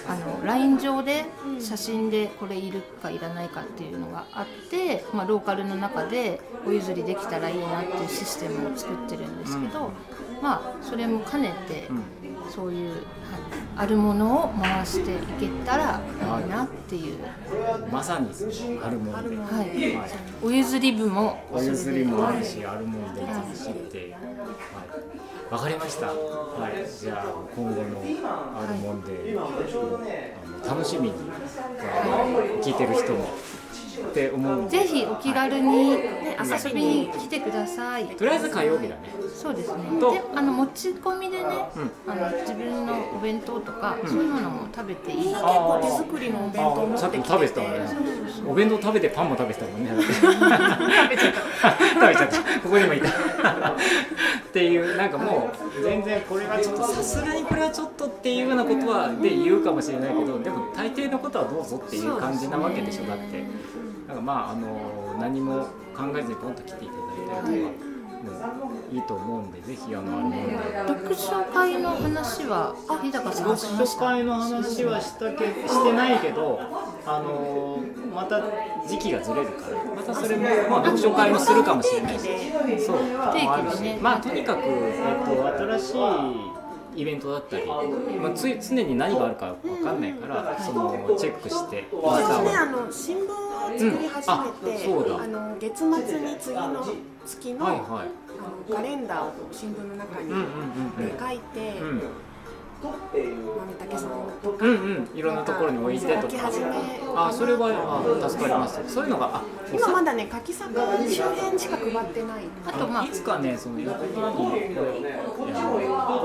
Speaker 2: あの LINE 上で写真でこれいるかいらないかっていうのがあって、まあ、ローカルの中でお譲りできたらいいなっていうシステムを作ってるんですけど、まあそれも兼ねてそういう、はいあるものを回していけたらいいなっていう。
Speaker 1: まさにあるもんで、
Speaker 2: はい
Speaker 1: はい
Speaker 2: お譲り部も
Speaker 1: お譲りもあるしあるもんでいいしっていうはいわかりましたはいじゃあ今後のあるもんで、あの楽しみにあの聞いてる人もって思うんで
Speaker 2: ぜひお気軽に、ね遊びに来てください。
Speaker 1: とりあえず火曜日だね
Speaker 2: そうですね。
Speaker 1: と
Speaker 2: で、あの持ち込みでね、あの自分のお弁当とか、そういうものも食べていい。結
Speaker 1: 構手
Speaker 2: 作りのお
Speaker 1: あーさっきも食べてたもんねお弁当食べてパンも食べてたもんね食べちゃった食べちゃったここにもいたっていうなんかもう全然これはちょっとさすがにこれはちょっとっていうようなことはで言うかもしれないけどでも大抵のことはどうぞっていう感じなわけでしょだってなんかまああの何も考えずにポンと来ていただいたりとか、いいと思うんでぜひあのあれも
Speaker 2: 読書会の話は日高さんしま
Speaker 1: 読
Speaker 2: し
Speaker 1: 書
Speaker 2: た
Speaker 1: 会の話はしたけしてないけど、あのーまた時期がずれるからまたそれも、まあ、読書会もするかもしれないしそうもあるしまあとにかく、えっと、新しいイベントだったり、まあ、つい常に何があるかわかんないから、そのチェックして
Speaker 8: 私ねあの新聞を作り始めて、
Speaker 1: うんあそうだ
Speaker 8: あの月末に次の月の,、
Speaker 1: はいはい
Speaker 8: あのカレンダーを新聞の中に
Speaker 1: うんうんうんうん
Speaker 8: 書いて、
Speaker 1: うん
Speaker 8: 豆竹さんとか、
Speaker 1: うんうんいろんなところに置いてと
Speaker 8: 書き始めようか
Speaker 1: か
Speaker 8: な
Speaker 1: あそれはあ助かりますそういうのがあ
Speaker 8: 今まだね書き作周辺しか配ってない
Speaker 2: あとまあ
Speaker 1: いつかねその横にコー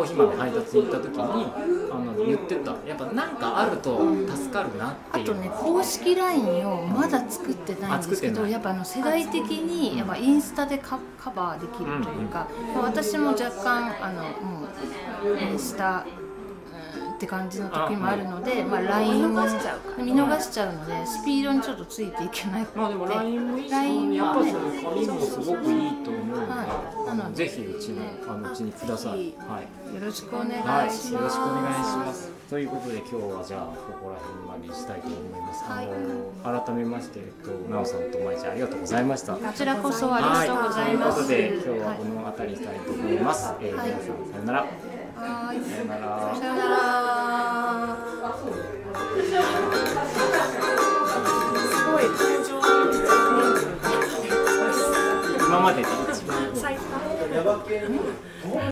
Speaker 1: ヒー豆配達に行った時にあの言ってたやっぱなんかあると助かるなって
Speaker 2: あ
Speaker 1: いう
Speaker 2: とね公式 LINE をまだ作ってないんですけ
Speaker 1: あ作ってな
Speaker 2: ど
Speaker 1: い
Speaker 2: やっぱあの世代的にやっぱインスタでカカバーできるというか、まあ私も若干あのもうインスタうんって感じの時もあるので
Speaker 8: あ
Speaker 2: まあ、
Speaker 8: うん
Speaker 2: LINE
Speaker 8: 見
Speaker 2: を
Speaker 8: 逃しちゃうから
Speaker 2: 見逃しちゃうのでスピードにちょっとついていけないまあでも
Speaker 1: LINE もいいやっぱその紙もすごくいいと思うのでぜひうちのあのうちにくださいはい
Speaker 2: よろしくお願いし
Speaker 1: はい、
Speaker 2: ます、
Speaker 1: よろしくお願いします。ということで今日はじゃあここら辺までにしたいと思います。あの改めましてえっとなおさんとまいちゃんありがとうございました。こ
Speaker 2: こちらこそありがとうございます
Speaker 1: はい、ということで今日はこの辺りにしたいと思います。えー、皆さんさよなら。
Speaker 2: はい
Speaker 1: さよなら。
Speaker 2: さよなら
Speaker 1: 今までで一番。
Speaker 8: 最多